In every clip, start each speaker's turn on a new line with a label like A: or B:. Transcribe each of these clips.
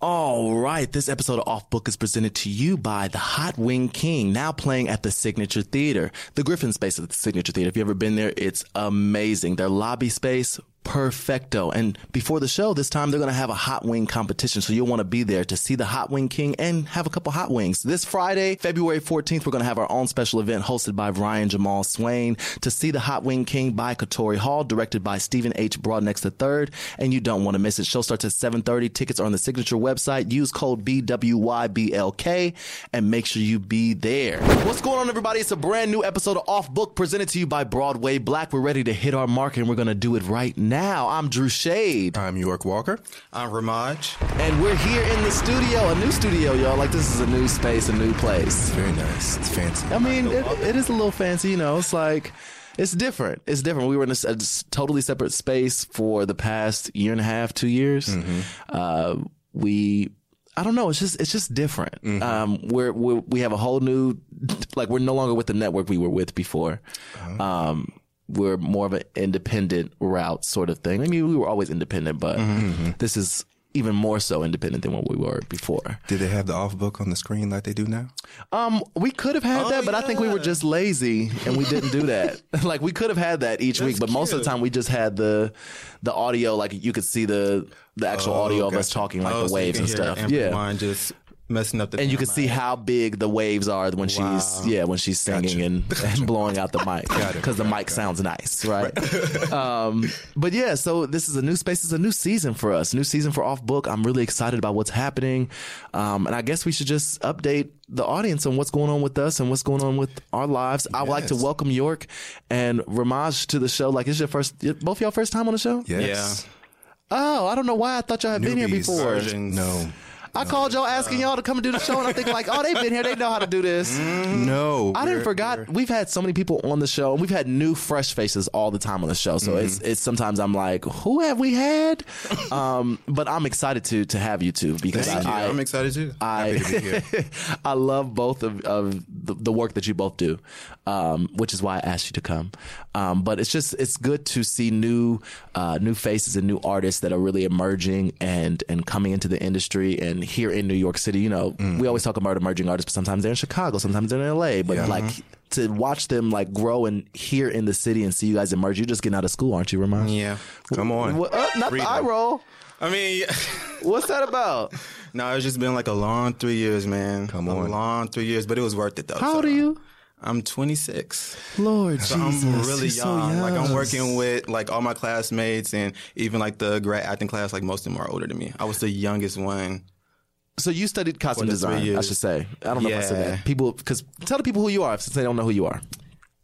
A: All right, this episode of Off Book is presented to you by the Hot Wing King, now playing at the Signature Theater, the Griffin space at the Signature Theater. If you've ever been there, it's amazing. Their lobby space, perfecto. And before the show, this time they're going to have a Hot Wing competition, so you'll want to be there to see the Hot Wing King and have a couple Hot Wings. This Friday, February 14th, we're going to have our own special event hosted by Ryan Jamal Swain to see the Hot Wing King by Katori Hall, directed by Stephen H. Broadnex III, and you don't want to miss it. Show starts at 7:30. Tickets are on the signature website. Use code BWYBLK and make sure you be there. What's going on, everybody? It's a brand new episode of Off Book presented to you by Broadway Black. We're ready to hit our mark, and we're going to do it right now. I'm Drew Shade,
B: I'm York Walker. I'm Ramaj.
A: and we're here in the studio, a new studio, y'all. Like this is a new space, a new place.
B: Very nice. It's fancy.
A: I mean, it, it is a little fancy, you know. It's like it's different. It's different. We were in a, s- a s- totally separate space for the past year and a half, two years. Uh, we, I don't know. It's just it's just different. Um, we're, we're we have a whole new like we're no longer with the network we were with before. Um, we're more of an independent route sort of thing. I mean, we were always independent, but this is even more so independent than what we were before.
B: Did they have the off book on the screen like they do now?
A: Um, we could have had that, but I think we were just lazy and we didn't do that. like we could have had that each week, but most of the time we just had the the audio. Like you could see the the actual
C: Oh,
A: audio of us talking, like the waves and stuff. yeah,
C: Ambermine just messing up the.
A: and you could see how big the waves are when she's yeah when she's singing and, and blowing out the mic because the mic sounds nice right um, but yeah so this is a new space it's a new season for us new season for off book i'm really excited about what's happening um, and i guess we should just update the audience on what's going on with us and what's going on with our lives i would like to
B: Yes.
A: welcome york and ramaj to the show like it's your first both y'all first time on the show
B: Yes.
A: oh i don't know why i thought y'all had been here
B: Newbies.
A: before
C: Virgins.
B: No.
A: I called y'all asking y'all to come and do the show, and I think like, oh, they've been here, they know how to do this.
C: Mm.
B: No.
A: I
B: Mm-hmm.
A: didn't
B: We're-
A: forgot. We've had so many people on the show, and we've had new, fresh faces all the time on the show. So it's
B: Mm-hmm.
A: it's sometimes I'm like, who have we had? um, but I'm excited to to have you two because
B: Thank you.
A: I,
B: I'm excited too.
A: I,
B: Happy to be here.
A: I, I love both of, of the, the work that you both do, um, which is why I asked you to come. Um, but it's just it's good to see new uh, new faces and new artists that are really emerging and and coming into the industry. And here in New York City, you know, we always talk about emerging artists, but sometimes they're in Chicago, sometimes they're in LA. But like to watch them like grow and here in the city and see you guys emerge, you're just getting out of school, aren't you, Ramon?
C: Yeah.
B: Come on.
A: What, uh, not the
C: Freedom.
A: eye roll.
C: I mean,
A: What's that about?
C: no, it's just been like a long three years, man. Come
B: on.
C: a long three years, but it was worth it though.
A: How
C: so.
A: old are you?
C: I'm 26.
A: Lord
C: So
A: Jesus,
C: I'm really
A: you're
C: young.
A: so
C: Like I'm
A: young.
C: working with like all my classmates and even like the grad acting class. Like most of them are older than me. I was the youngest one.
A: So you studied costume
C: For the three
A: design, I
C: years.
A: should say. I don't know if I said
C: Yeah.
A: that. People, because tell the people who you are since they don't know who you are.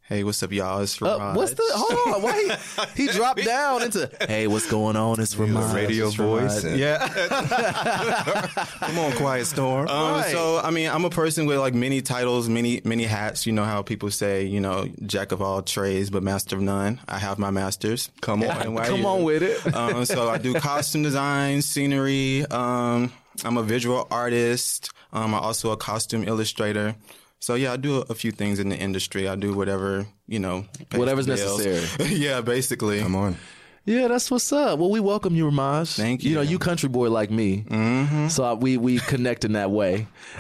C: Hey, what's up, y'all? It's
A: Uh,
C: Ramaj.
A: What's the? Hold on. Why he, he dropped down into? Hey, what's going on? It's Ramon.
B: Radio
A: It's
B: voice.
A: Ramon.
B: and-
C: Yeah.
B: Come on, Quiet Storm.
C: Um,
A: Right.
C: So I mean, I'm a person with like many titles, many many hats. You know how people say, you know, jack of all trades but master of none. I have my masters. Come on,
A: Come on with it.
C: um, so I do costume design, scenery. Um, I'm a visual artist. Um, I'm also a costume illustrator. So yeah, I do a few things in the industry. I do whatever you know, pays
A: Whatever's
C: the bills.
A: necessary.
C: yeah, basically.
B: Come on.
A: Yeah, that's what's up. Well, we welcome you, Ramaj.
C: Thank
A: You know,
C: you.
A: you country boy like me, mm-hmm. so I, we we connect in that way.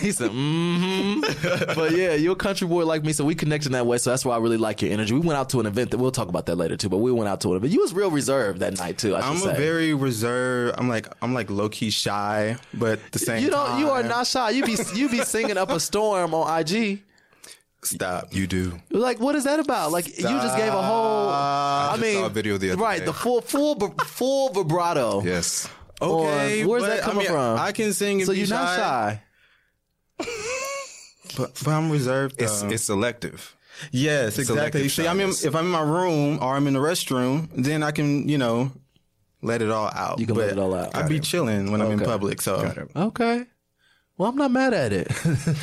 A: he said, mm-hmm. but yeah, you're a country boy like me, so we connect in that way. So that's why I really like your energy. We went out to an event that we'll talk about that later too. But we went out to an event. You was real reserved that night too. I should
C: I'm
A: say.
C: a very reserved. I'm like I'm like low key shy, but at the same
A: You don't. You are
C: time-
A: not shy. You be you be singing up a storm on IG.
C: stop.
B: You do.
A: Like, what is that about? Like, you just gave a whole. I,
B: just
A: mean,
B: saw a video the other
A: right?
B: day.
A: The full full vib- full vibrato.
B: Yes.
C: Okay,
A: on- where's
C: but,
A: that
C: I
A: coming
C: mean,
A: from?
C: I can sing. And
A: So
C: be
A: you're not shy.
C: but, but I'm reserved.
B: It's
C: though.
B: it's selective.
D: Yes, exactly.
C: Selective
D: See, I'm in,
C: shyness.
D: if I'm in my room or I'm in the restroom, then I can, you know, let it all out. You
A: can let it all out.
D: I'd be chilling when I'm in public. So
A: Okay. Well, I'm not mad at it.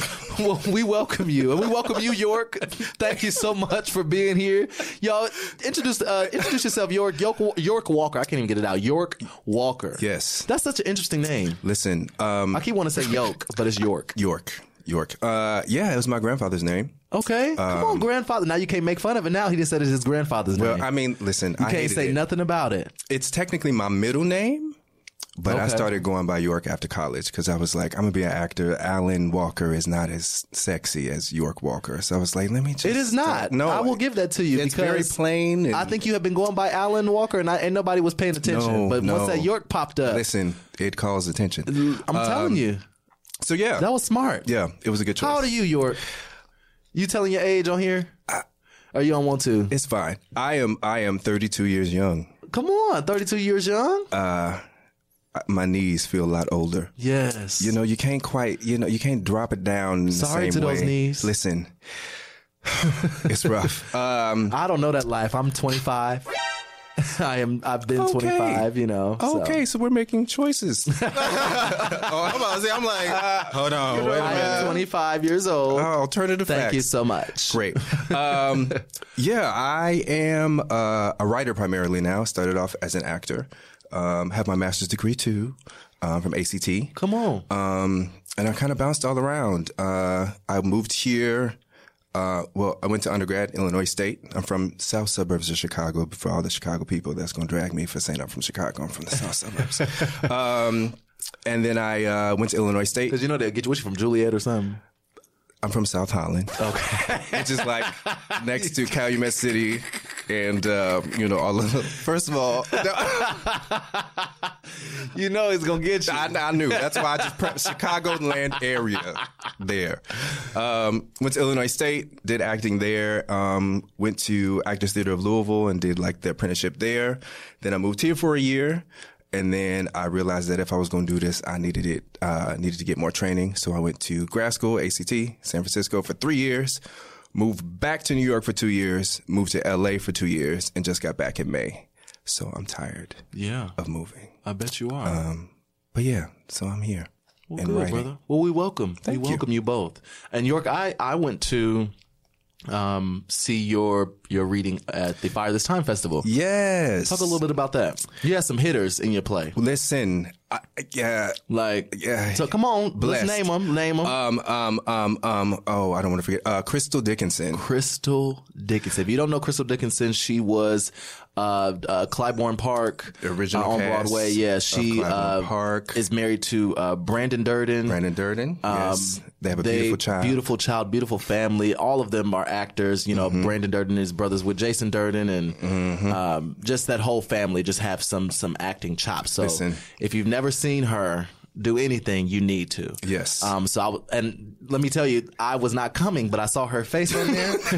A: well, we welcome you, and we welcome you, York. Thank you so much for being here, y'all. Introduce uh, introduce yourself, York. York York Walker. I can't even get it out. York Walker.
C: Yes.
A: that's such an interesting name.
C: Listen, um,
A: I keep wanting to say Yoke, but it's York.
C: York, York. Uh, yeah, it was my grandfather's name.
A: Okay, come on, grandfather. Now you can't make fun of it. Now he just said it's his grandfather's
C: Um, Well,
A: name.
C: I mean, listen,
A: you
C: I
A: can't
C: hated
A: say
C: it.
A: nothing about it.
C: It's technically my middle name, but I
A: Okay.
C: started going by York after college because I was like, I'm gonna be an actor. Alan Walker is not as sexy as York Walker, so I was like, let me just. uh,
A: It is not.
C: No,
A: I will give that to you.
C: It's
A: because
C: very plain. and-
A: I think you have been going by Alan Walker, and, I, and nobody was paying attention.
C: No,
A: but once
C: no.
A: that York popped up,
C: Listen, it calls attention.
A: I'm telling you,
C: So yeah,
A: that was smart.
C: um, yeah, it was a good choice.
A: How old are you, York? You telling your age on here? or you don't want to?
C: It's fine. I am. I am 32 years young.
A: Come on, 32 years young.
C: Uh, My knees feel a lot older.
A: yes.
C: You know, you can't quite, you know, you can't drop it down. in the
A: Sorry
C: same
A: to those
C: way.
A: knees.
C: Listen, it's rough. Um,
A: I don't know that life. I'm 25. I am. I've been
C: Okay.
A: 25. You know. so.
C: okay, so we're making choices.
D: oh, I'm about to say, I'm like, hold on, wait a
A: I
D: minute.
A: am 25 years old.
C: Oh, Alternative
A: Thank
C: facts.
A: you so much.
C: Great. Um, yeah, I am uh, a writer primarily now. Started off as an actor. Um, have my master's degree too um, from ACT.
A: Come on.
C: um, and I kind of bounced all around. Uh, I moved here. Uh, well, I went to undergrad Illinois State. I'm from south suburbs of Chicago. For all the Chicago people, that's going to drag me for saying I'm from Chicago. I'm from the south suburbs. Um, and then I uh, went to Illinois State.
A: Because you know they'll get you. What you from Juliet or something?
C: I'm from South Holland. Okay. Which is like next to Calumet City and, uh, you know, all of the. First of all,
A: You know it's gonna get you.
C: I, I knew. That's why I just prepped Chicagoland area there. Um, went to Illinois State, did acting there. Um, went to Actors Theater of Louisville and did like the apprenticeship there. Then I moved here for a year. And then I realized that if I was going to do this, I needed it. Uh, needed to get more training, so I went to grad school, ACT, San Francisco for three years. Moved back to New York for two years. Moved to LA for two years, and just got back in May. So I'm tired
A: yeah,
C: of moving.
A: I bet you are.
C: But yeah, so I'm here.
A: Well,
C: and
A: good,
C: writing.
A: brother. Well, we welcome.
C: Thank
A: we
C: you.
A: welcome you. both. And York, I, I went to um, see your your reading at the Fire This Time Festival.
C: Yes.
A: Talk a little bit about that. You had some hitters in your play.
C: Listen, I, yeah.
A: Like,
C: Yeah.
A: so come on,
C: Blessed.
A: let's name them. Name them.
C: Um, um, um, um. Oh, I don't want to forget. Uh, Crystal Dickinson.
A: Crystal Dickinson. If you don't know Crystal Dickinson, she was uh, uh, Clybourne Park
C: Original
A: uh, on
C: cast
A: Broadway. Yeah,
C: of
A: she uh,
C: Clybourne Park.
A: is married to uh, Brandon Durden.
C: Brandon Durden. yes. They have a
A: Um, they-
C: beautiful child.
A: Beautiful child, beautiful family. All of them are actors. You know,
C: Mm-hmm.
A: Brandon Durden is brothers with Jason Durden, and um, just that whole family just have some some acting chops. So
C: Listen.
A: if you've never seen her do anything, you need to.
C: Yes.
A: Um. So I w- and let me tell you, I was not coming, but I saw her face on there.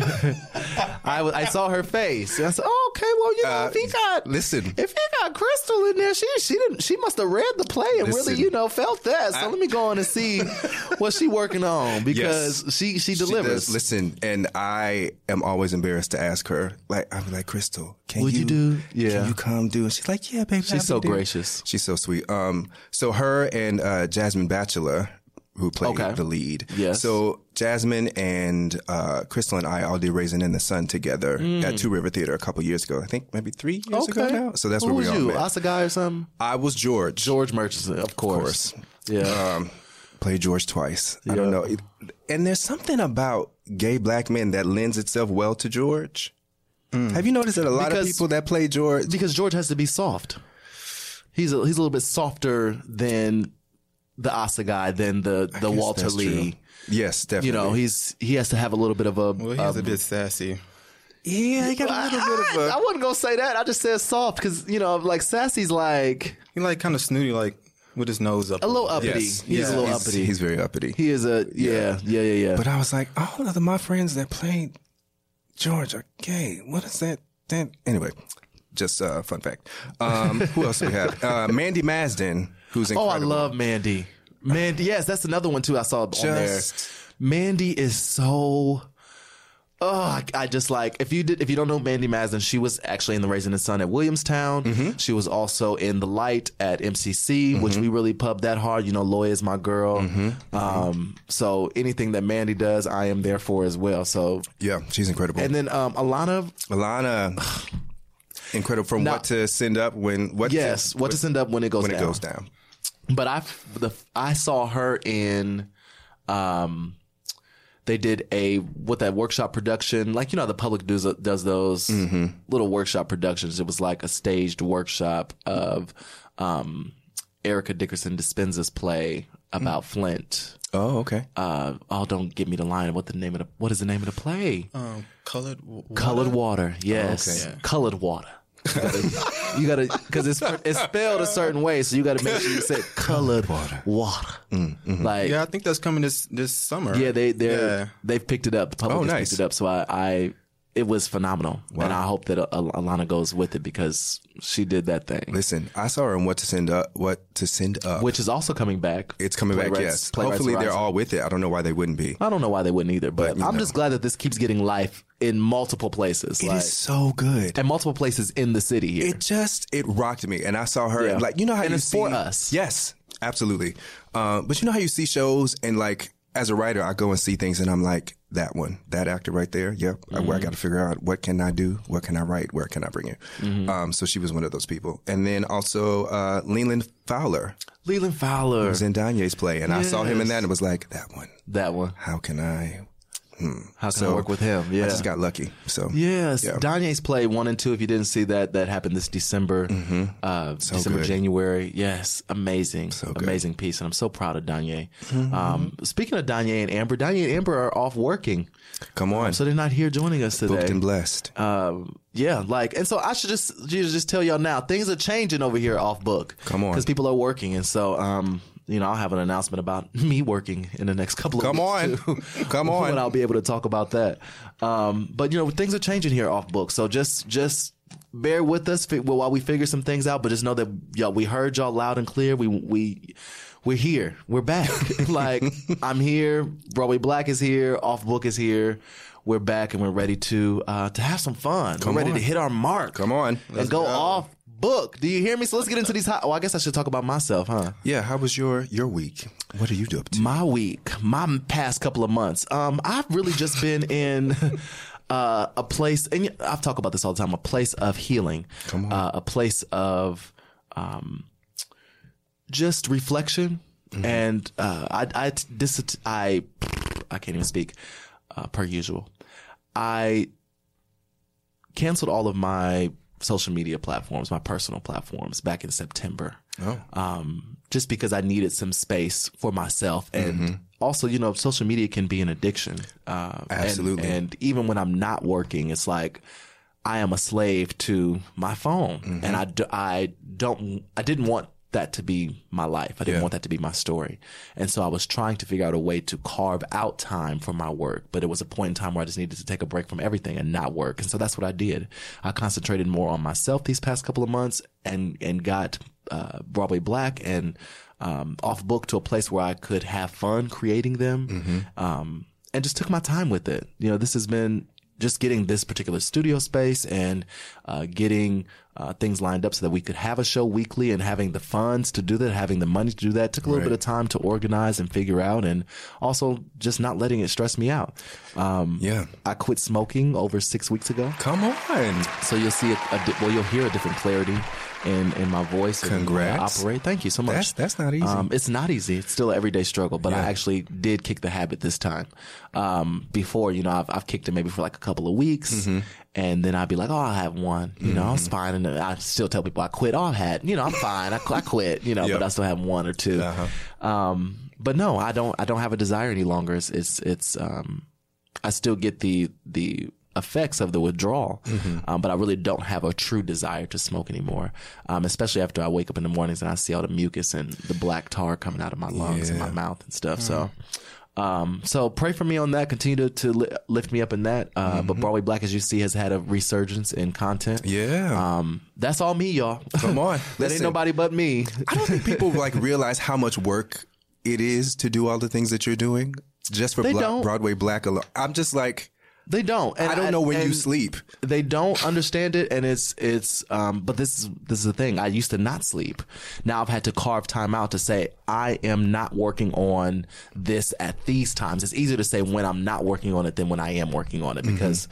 A: I w- I saw her face. And I said, oh, okay, well, you know,
C: Uh,
A: if he got
C: listen.
A: if he got Crystal in there, she she didn't she must have read the play and
C: Listen.
A: really you know felt that. So let me go on and see what she working on because she she
C: She does-
A: delivers.
C: listen, and I am always embarrassed to ask her. Like, I'm like, Crystal, can
A: Would you do- yeah.
C: Can you come do? And she's like, Yeah, baby.
A: She's so gracious.
C: She's so sweet. Um, so her and uh, Jasmine Bachelor, who played
A: Okay.
C: the lead.
A: Yes.
C: So Jasmine and uh, Crystal and I all did "Raising in the Sun" together
A: Mm.
C: at Two River Theater a couple years ago. I think maybe three years ago now. So that's
A: Who
C: where we
A: was
C: all
A: you?
C: met.
A: Asagai or something?
C: I was George.
A: George Murchison, of course. Yeah.
C: Um, play George twice. I don't know. It- And there's something about gay black men that lends itself well to George. Have you noticed that a lot
A: Mm. Because-
C: of people that play George?
A: because George has to be soft. He's a, he's a little bit softer than the Asagai than the the
C: Yes,
A: Walter
C: that's
A: Lee.
C: true. Yes, definitely.
A: You know, he's he has to have a little bit of a
D: Well, he's a bit sassy.
C: yeah, he got a little bit of a.
A: I, I wasn't gonna say that. I just said soft because you know, like Sassy's like
D: He like kind of snooty, like with his nose up.
A: a little uppity.
C: Yes.
A: He's
C: Yeah.
A: a little
C: he's,
A: uppity.
C: He's very uppity.
A: he is a yeah, yeah, yeah, yeah.
C: But I was like, all of the- my friends that played George are gay. What is that? That anyway, just uh, fun fact. Um, who else do we have? Uh, Mandy Masden, who's
A: oh,
C: incredible.
A: I love Mandy. Mandy, yes, that's another one too. I saw on there.
C: Just-
A: Mandy is so Oh, I, I just like if you did if you don't know Mandy Maslin, she was actually in the Raising the Sun at Williamstown. She was also in the Light at MCC, which we really pubbed that hard. You know, Loy is my girl. Um, so anything that Mandy does, I am there for as well. So
C: Yeah, she's incredible.
A: and then um, Alana,
C: Alana, incredible from
A: Now-
C: what to send up when what
A: yes,
C: to,
A: what to send up when it goes
C: when
A: down.
C: it goes down.
A: But I the I saw her in um they did a what that workshop production like you know how the public does does those little workshop productions it was like a staged workshop of um Erica Dickerson Dispenza's play about Flint
C: Oh, okay.
A: uh oh don't give me the line of what the name of the what is the name of the play
D: Um, colored. w-
A: Colored water, yes. Colored water. You gotta, because it's it's spelled a certain way, so you gotta make sure you say colored water. Water,
C: Mm, mm-hmm.
A: like
D: Yeah,
A: yeah,
D: I think that's coming this this summer.
A: they they
D: Yeah.
A: are they've picked it up. The public
C: Oh,
A: has
C: nice.
A: picked it up. So I, I it was phenomenal, and I hope that uh, Al- Alana goes with it because she did that thing,
C: Listen, I saw her in what to send up. What to send up.
A: which is also coming back.
C: it's coming back.
A: Playwrights-
C: Yes.
A: Playwrights
C: Hopefully they're
A: Horizon.
C: all with it. I don't know why they wouldn't be.
A: I don't know why they wouldn't either, but,
C: you
A: I'm
C: know.
A: just glad that this keeps getting life in multiple places,
C: It
A: like,
C: is so good.
A: and multiple places in the city here.
C: It just it rocked me, and I saw her
A: Yeah.
C: like you know how
A: And
C: you
A: it's
C: see,
A: for us.
C: Yes, absolutely. Um, but you know how you see shows and like as a writer, I go and see things, and I'm like that one, that actor right there. Yep, I-
A: Mm-hmm.
C: I, got to figure out what can I do, what can I write, where can I bring it.
A: Mm-hmm.
C: Um, so she was one of those people, and then also uh, Leland Fowler
A: Leland Fowler,
C: was in Danye's play, and I saw him in that, and was like that one.
A: that one.
C: How can I?
A: How can I
C: So,
A: work with him? Yeah.
C: I just got lucky. So
A: Yes, Danye's play one and two. If you didn't see that, that happened this December, uh, December,
C: Mm-hmm. good.
A: January. Yes, amazing, amazing piece, and I'm so proud of Danye.
C: Mm-hmm.
A: Um, speaking of Danye and Amber, Danye and Amber are off working,
C: come on,
A: so they're not here joining us
C: booked
A: today.
C: and blessed.
A: Um, yeah, like, and so I should just you should just tell y'all now, things are changing over here off book.
C: Come on.
A: because people are working, and so um, you know, I'll have an announcement about me working in the next couple of
C: Come
A: weeks,
C: on.
A: too.
C: Come on.
A: when I'll be able to talk about that. Um, but you know, things are changing here off book, so just just bear with us fi- while we figure some things out. But just know that y'all, we heard y'all loud and clear. We we we're here. We're back. like I'm here. Broadway Black is here. Off book is here. We're back and we're ready to uh, to have some fun. we're ready to hit our mark.
C: Come on.
A: and go, off book. Do you hear me? So let's get into these. Hot- oh, I guess I should talk about myself, huh?
C: Yeah, how was your your week? What are you up to?
A: my week, my past couple of months, um, I've really just been in uh, a place, and I've talked about this all the time, a place of healing, Come on. Uh, a place of um, just reflection. And uh, I, I, dis- I, I can't even speak uh, per usual. I canceled all of my social media platforms, my personal platforms back in September.
C: Oh,
A: Um, just because I needed some space for myself. And also, you know, social media can be an addiction. Uh, and-
C: Absolutely.
A: And, even when I'm not working, it's like, I am a slave to my phone and I, d- I don't, I didn't want that to be my life. I didn't want that to be my story. And so I was trying to figure out a way to carve out time for my work, but it was a point in time where I just needed to take a break from everything and not work. And so that's what I did. I concentrated more on myself these past couple of months and, and got, uh, Broadway Black and, um, off book to a place where I could have fun creating them. Um, and just took my time with it. You know, this has been just getting this particular studio space and uh, getting uh, things lined up so that we could have a show weekly and having the funds to do that, having the money to do that took a little bit of time to organize and figure out, and also just not letting it stress me out. Um,
C: Yeah.
A: I quit smoking over six weeks ago,
C: Come on.
A: so you'll see a, a di- well, you'll hear a different clarity in in my voice. and the way I
C: Congrats.
A: operate. Thank you so much.
C: That's that's not easy.
A: Um, it's not easy. It's still an everyday struggle, but I actually did kick the habit this time. Um, before, you know, I've, I've kicked it maybe for like a couple of weeks
C: Mm-hmm.
A: and then I'd be like, oh, I'll have one, you know, it's fine. And then I still tell people I quit. Oh, I've had, you know, I'm fine. I, qu- I quit, you know, but I still have one or 2
C: Uh-huh.
A: Um, but no, I don't, I don't have a desire any longer. It's, it's, it's, um, I still get the, the, effects of the withdrawal
C: Mm-hmm.
A: um, but i really don't have a true desire to smoke anymore um, especially after i wake up in the mornings and i see all the mucus and the black tar coming out of my lungs and my mouth and stuff so
C: Mm.
A: um, so pray for me on that. Continue to, to li- lift me up in that. Uh, But Broadway Black, as you see, has had a resurgence in content.
C: Mm-hmm. yeah.
A: Um, that's all me, y'all.
C: Come on.
A: that ain't
C: Listen.
A: nobody but me.
C: I don't think people like realize how much work it is to do all the things that you're doing just for
A: They
C: Black-
A: don't.
C: Broadway Black alone. I'm just like
A: They don't. And
C: I don't know when you
A: and
C: sleep.
A: They don't understand it, and it's it's. Um, but this is this is the thing. I used to not sleep. Now I've had to carve time out to say I am not working on this at these times. It's easier to say when I'm not working on it than when I am working on it because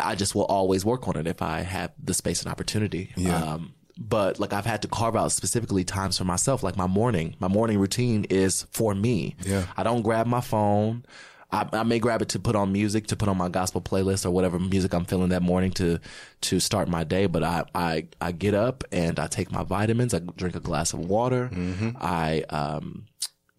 A: I just will always work on it if I have the space and opportunity. Um, but like I've had to carve out specifically times for myself, like my morning. My morning routine is for me.
C: Yeah.
A: I don't grab my phone. I, I may grab it to put on music, to put on my gospel playlist or whatever music I'm feeling that morning to to start my day. But I I, I get up and I take my vitamins. I drink a glass of water. I um,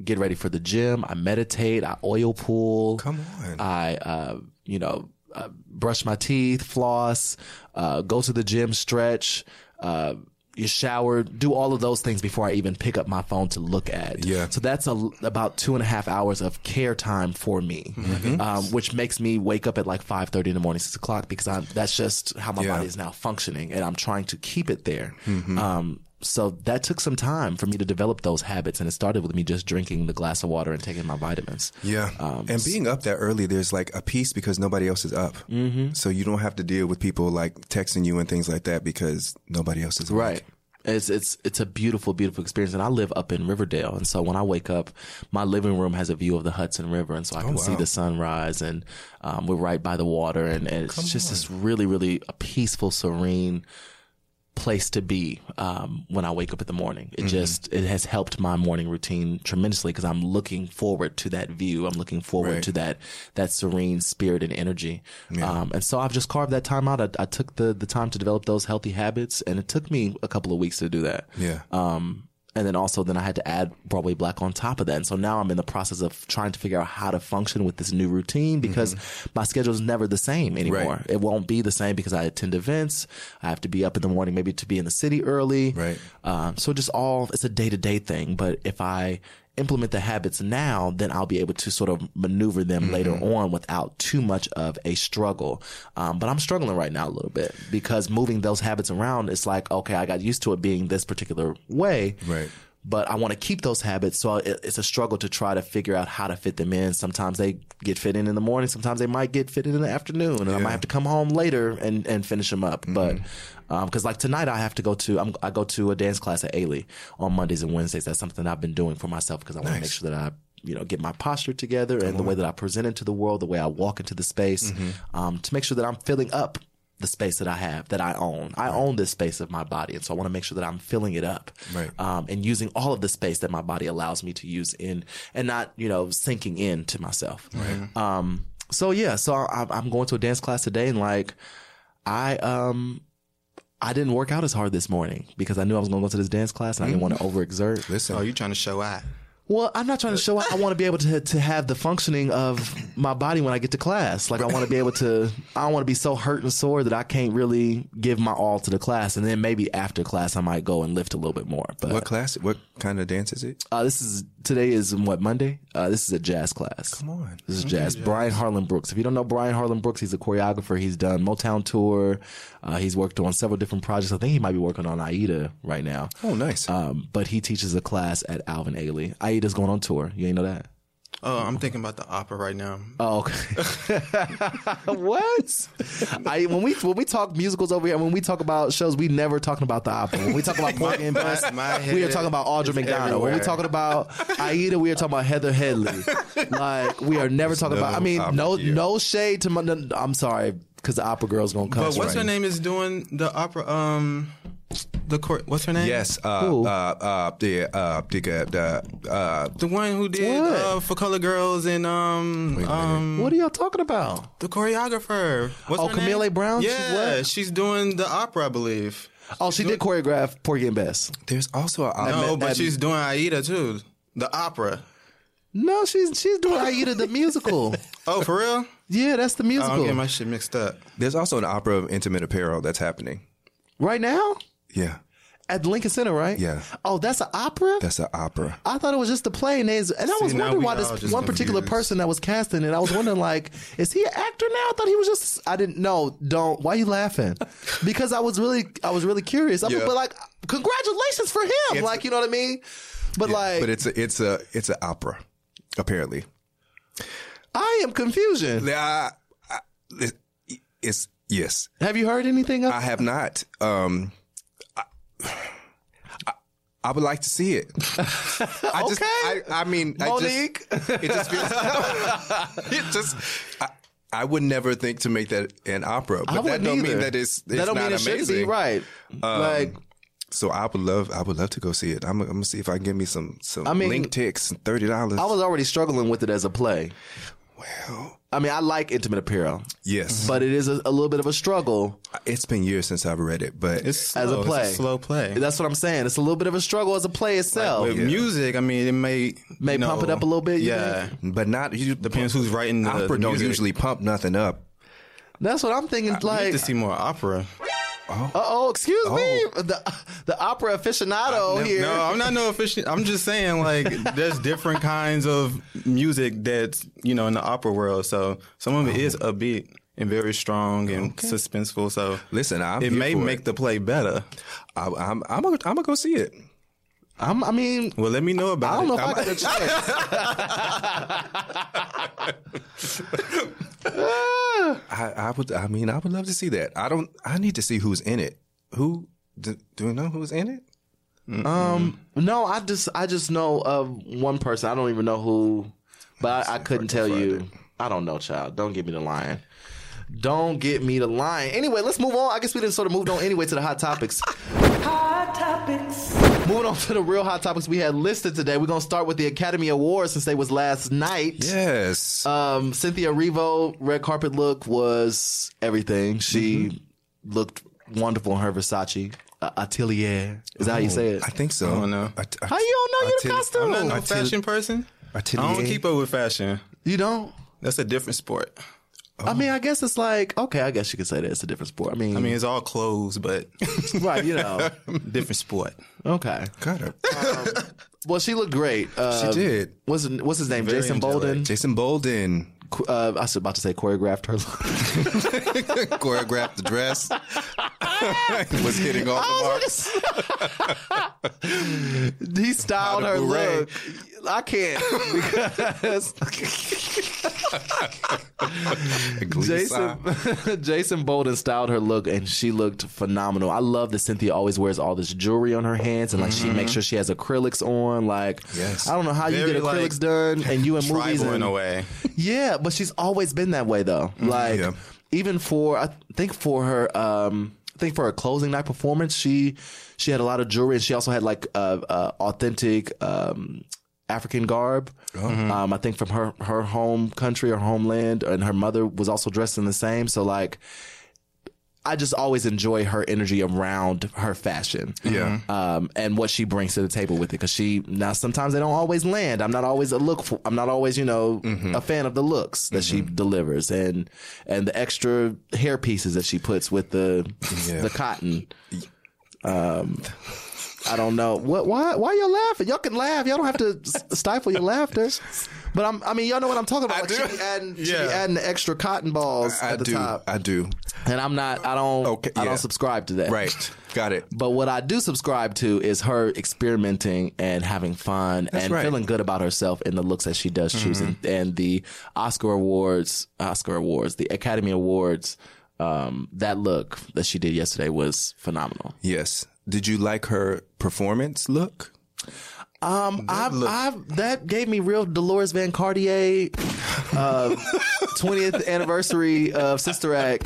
A: get ready for the gym. I meditate. I oil pool.
C: Come on.
A: I, uh, you know, uh, brush my teeth, floss, uh, go to the gym, stretch, uh, you shower, do all of those things before I even pick up my phone to look at.
C: Yeah.
A: So that's a, about two and a half hours of care time for me,
C: Mm-hmm.
A: um, which makes me wake up at like five thirty in the morning, six o'clock, because I'm, that's just how my
C: Yeah.
A: body is now functioning, and I'm trying to keep it there. Um, so that took some time for me to develop those habits, and it started with me just drinking the glass of water and taking my vitamins.
C: Yeah. and being up that early, there's like a peace because nobody else is up. Mm-hmm. So you don't have to deal with people like texting you and things like that because nobody else is awake.
A: Right. It's it's it's a beautiful, beautiful experience, and I live up in Riverdale, and so when I wake up, my living room has a view of the Hudson River, and so I can see the sunrise, and um, we're right by the water, and, and it's just this really, really a peaceful, serene place to be um, when I wake up in the morning. It just it has helped my morning routine tremendously because I'm looking forward to that view. I'm looking forward to that that serene spirit and energy. Um, and so I've just carved that time out. I, I took the the time to develop those healthy habits, and it took me a couple of weeks to do that.
C: Yeah.
A: Um, and then also then I had to add Broadway Black on top of that. And so now I'm in the process of trying to figure out how to function with this new routine because my schedule is never the same anymore.
C: Mm-hmm. Right.
A: It won't be the same because I attend events. I have to be up in the morning maybe to be in the city early.
C: Right.
A: Um, so just all it's a day to day thing. But if I implement the habits now, then I'll be able to sort of maneuver them
C: Mm-hmm.
A: later on without too much of a struggle. Um, but I'm struggling right now a little bit because moving those habits around, it's like okay, I got used to it being this particular way.
C: Right.
A: But I want to keep those habits, so it- it's a struggle to try to figure out how to fit them in. Sometimes they get fit in in the morning, sometimes they might get fit in in the afternoon, and I might have to come home later and, and finish them up.
C: Mm-hmm.
A: But because Um, like tonight, I have to go to I'm, I go to a dance class at Ailey on Mondays and Wednesdays. That's something I've been doing for myself because I want to make sure that I you know get my posture together and the way that I present it to the world, the way I walk into the space, um, to make sure that I'm filling up the space that I have that I own. I own this space of my body, and so I want to make sure that I'm filling it up,
C: Right.
A: um, and using all of the space that my body allows me to use in, and not you know sinking in to myself. Um, so yeah, so I, I'm going to a dance class today, and like I um. I didn't work out as hard this morning because I knew I was going to go to this dance class and I didn't want to overexert.
C: Listen.
D: Oh, you trying to show out?
A: Well, I'm not trying to show out. I want to be able to to have the functioning of my body when I get to class. Like I want to be able to. I don't want to be so hurt and sore that I can't really give my all to the class. And then maybe after class, I might go and lift a little bit more.
C: what
A: But
C: class? What kind of dance is it?
A: uh, this is today is what Monday. Uh, this is a jazz class. Come
C: on.
A: this is jazz. Brian Harlan Brooks. If you don't know Brian Harlan Brooks, he's a choreographer. He's done Motown tour. Uh, he's worked on several different projects. I think he might be working on Aida right now.
C: Oh, nice.
A: Um, but he teaches a class at Alvin Ailey. Aida's going on tour. You ain't know that.
D: Oh, I'm thinking about the opera right now.
A: Oh, okay. what? I when we when we talk musicals over here, when we talk about shows, we never talking about the opera. When we talk about Porgy and Bess,
D: my
A: we are
D: head
A: talking about Audra McDonald. When we
D: everywhere.
A: talking about Aida, we are talking about Heather Headley. Like we are never talking about. I mean,
C: opera
A: no
C: here.
A: no shade to. My, no, I'm sorry, because the opera girl's gonna come.
D: But what's
A: right.
D: her name is doing the opera? Um, the court. What's her name?
C: yes. Uh, uh, uh, the, uh, the, the, uh,
D: the one who did
A: What?
D: uh, for Color Girls and um, um
A: What are y'all talking about?
D: the choreographer. What's
A: Oh,
D: her
A: Camille
D: name?
A: Brown? She's
D: Yeah,
A: what?
D: she's doing the opera, I believe.
A: Oh, she did choreograph Porgy and Bess.
C: there's also a
D: No,
A: that-
D: but she's doing Aida too. The opera.
A: No, she's she's doing Aida the musical.
D: Oh, for real? Oh,
A: Yeah, that's
C: Oh,
A: the musical
D: I'm getting my shit mixed up.
C: there's also an opera of intimate apparel that's happening.
A: right now.
C: Yeah,
A: At the Lincoln Center, right?
C: Yeah.
A: Oh, that's an opera.
C: that's an opera.
A: I thought it was just the play, and, it's- and I was
D: See, now
A: wondering
D: we
A: why
D: all
A: this
D: just
A: one particular
D: confused.
A: person that was casting it. I was wondering, like, is he an actor now? I thought he was just. I didn't know. Don't. Why you laughing? Because I was really, I was really curious. I mean,
C: Yeah.
A: but like, congratulations for him. like, you know what I mean? But like,
C: But it's a, it's a, it's an opera, apparently.
A: I am confusion.
C: Yeah, I, it, it's yes.
A: Have you heard anything? Of-
C: I have not. Um, I, I, I would like to see it. I just, I, I mean,
A: Monique?
C: I just, it just feels. it just. I, I would never think to make that an opera, but that
A: wouldn't
C: don't
A: either.
C: mean that it's, it's
A: that don't
C: not
A: mean it
C: amazing, Um,
A: should be right. like
C: So I would love, I would love to go see it. I'm, I'm gonna see if I can give me some some
A: mean,
C: link ticks and thirty dollars.
A: I was already struggling with it as a play.
C: Well,
A: I mean, I like intimate apparel,
C: yes,
A: but it is a, a little bit of a struggle.
C: it's been years since I've read it, but
D: It's slow.
A: a play.
D: It's a slow play.
A: That's what I'm saying. It's a little bit of a struggle as a play itself.
D: With music, I mean, it may
A: May
D: you know,
A: pump it up a little bit, you
D: Yeah,
C: but not you,
D: depends who's writing the,
C: opera
D: the
C: don't
D: music.
C: usually pump nothing up.
A: That's what I'm thinking.
D: I need
A: like,
D: to see more opera.
A: uh oh, excuse me, the the opera aficionado Oh, here.
D: No, I'm not no official. I'm just saying, like, there's different kinds of music that's you know in the opera world. So some of it is upbeat and very strong and suspenseful. So
C: Listen, I'm
D: it
C: here
D: may
C: for
D: make the play better.
C: I, I'm I'm gonna, I'm gonna go see it.
A: I'm, I mean,
D: Well, let me know about
A: I don't know if
D: it.
A: I got a chance.
C: I, I would. I mean, I would love to see that. I don't. I need to see who's in it. Who do, do we know who's in it?
A: Um, no, I just I just know of one person. I don't even know who, but I, I couldn't tell you. I don't know, child. Don't get me the lion. Don't get me the lion. Anyway, let's move on. I guess we didn't sort of moved on anyway to the hot topics.
E: Hot topics.
A: Moving on to the real hot topics we had listed today. We're gonna start with the Academy Awards since they was last night.
C: Yes.
A: Um, Cynthia Revo red carpet look was everything. She
C: Mm-hmm.
A: looked wonderful in her Versace uh, atelier. Is that how you say it?
C: Oh, I think so.
D: I don't know.
C: At-
A: How you don't know you the
C: Atelier-
A: costume?
D: I'm not no
C: I tell-
D: fashion person.
C: Atelier.
D: I don't keep up with fashion.
A: You don't.
D: That's a different sport.
A: I mean, I guess it's like okay. I guess you could say that it's a different sport. I mean,
D: I mean, it's all clothes, but
A: right? You know,
D: different sport.
A: okay.
C: Got her.
A: Well, she looked great. Uh,
C: She did.
A: What's what's his name?
D: Very
A: Jason
D: angelic.
A: Bolden.
C: Jason Bolden
A: Qu- Uh, I was about to say choreographed her look.
C: choreographed the dress.
A: Oh,
C: was hitting all the marks.
A: he styled her
C: Hooray.
A: look. I can't because Jason
C: Jason.
A: Jason Bolden styled her look and she looked phenomenal. I love that Cynthia always wears all this jewelry on her hands and like she makes sure she has acrylics on. Like
C: Yes.
A: I don't know how you
D: Mm-hmm. Very,
A: get acrylics
D: like,
A: done and you in movies
D: Tribal
A: and
D: in a way.
A: yeah, but she's always been that way though. Like
C: Yeah.
A: even for I think for her um I think for her closing night performance, she she had a lot of jewelry and she also had like uh, uh authentic um African garb.
C: Oh.
A: Um I think from her her home country or homeland and her mother was also dressed in the same, so like I just always enjoy her energy around her fashion.
C: Yeah.
A: Um, and what she brings to the table with it. Cause she, now sometimes they don't always land. I'm not always a look for, I'm not always, you know,
C: Mm-hmm.
A: a fan of the looks that she delivers and, and the extra hair pieces that she puts with the,
C: Yeah.
A: the cotton. Um, I don't know what why why y'all laughing. Y'all can laugh. Y'all don't have to s- stifle your laughter. But I'm, I mean, y'all know what I'm talking about.
C: I
A: like
C: do.
A: She be adding, she be
D: Yeah.
A: adding the extra cotton balls
C: I
A: at the
C: do.
A: top.
C: I do.
A: And I'm not. I don't.
C: Okay,
A: I
C: yeah.
A: don't subscribe to that.
C: Right. Got it.
A: But what I do subscribe to is her experimenting and having fun and
C: right. Mm-hmm.
A: feeling good about herself in the looks that she does choose. And, and the Oscar awards, Oscar awards, the Academy Awards. Um, that look that she did yesterday was phenomenal.
C: Yes. Did you like her performance look?
A: Um, I've, I've, that gave me real Dolores Van Cartier, uh, 20th anniversary of Sister Act.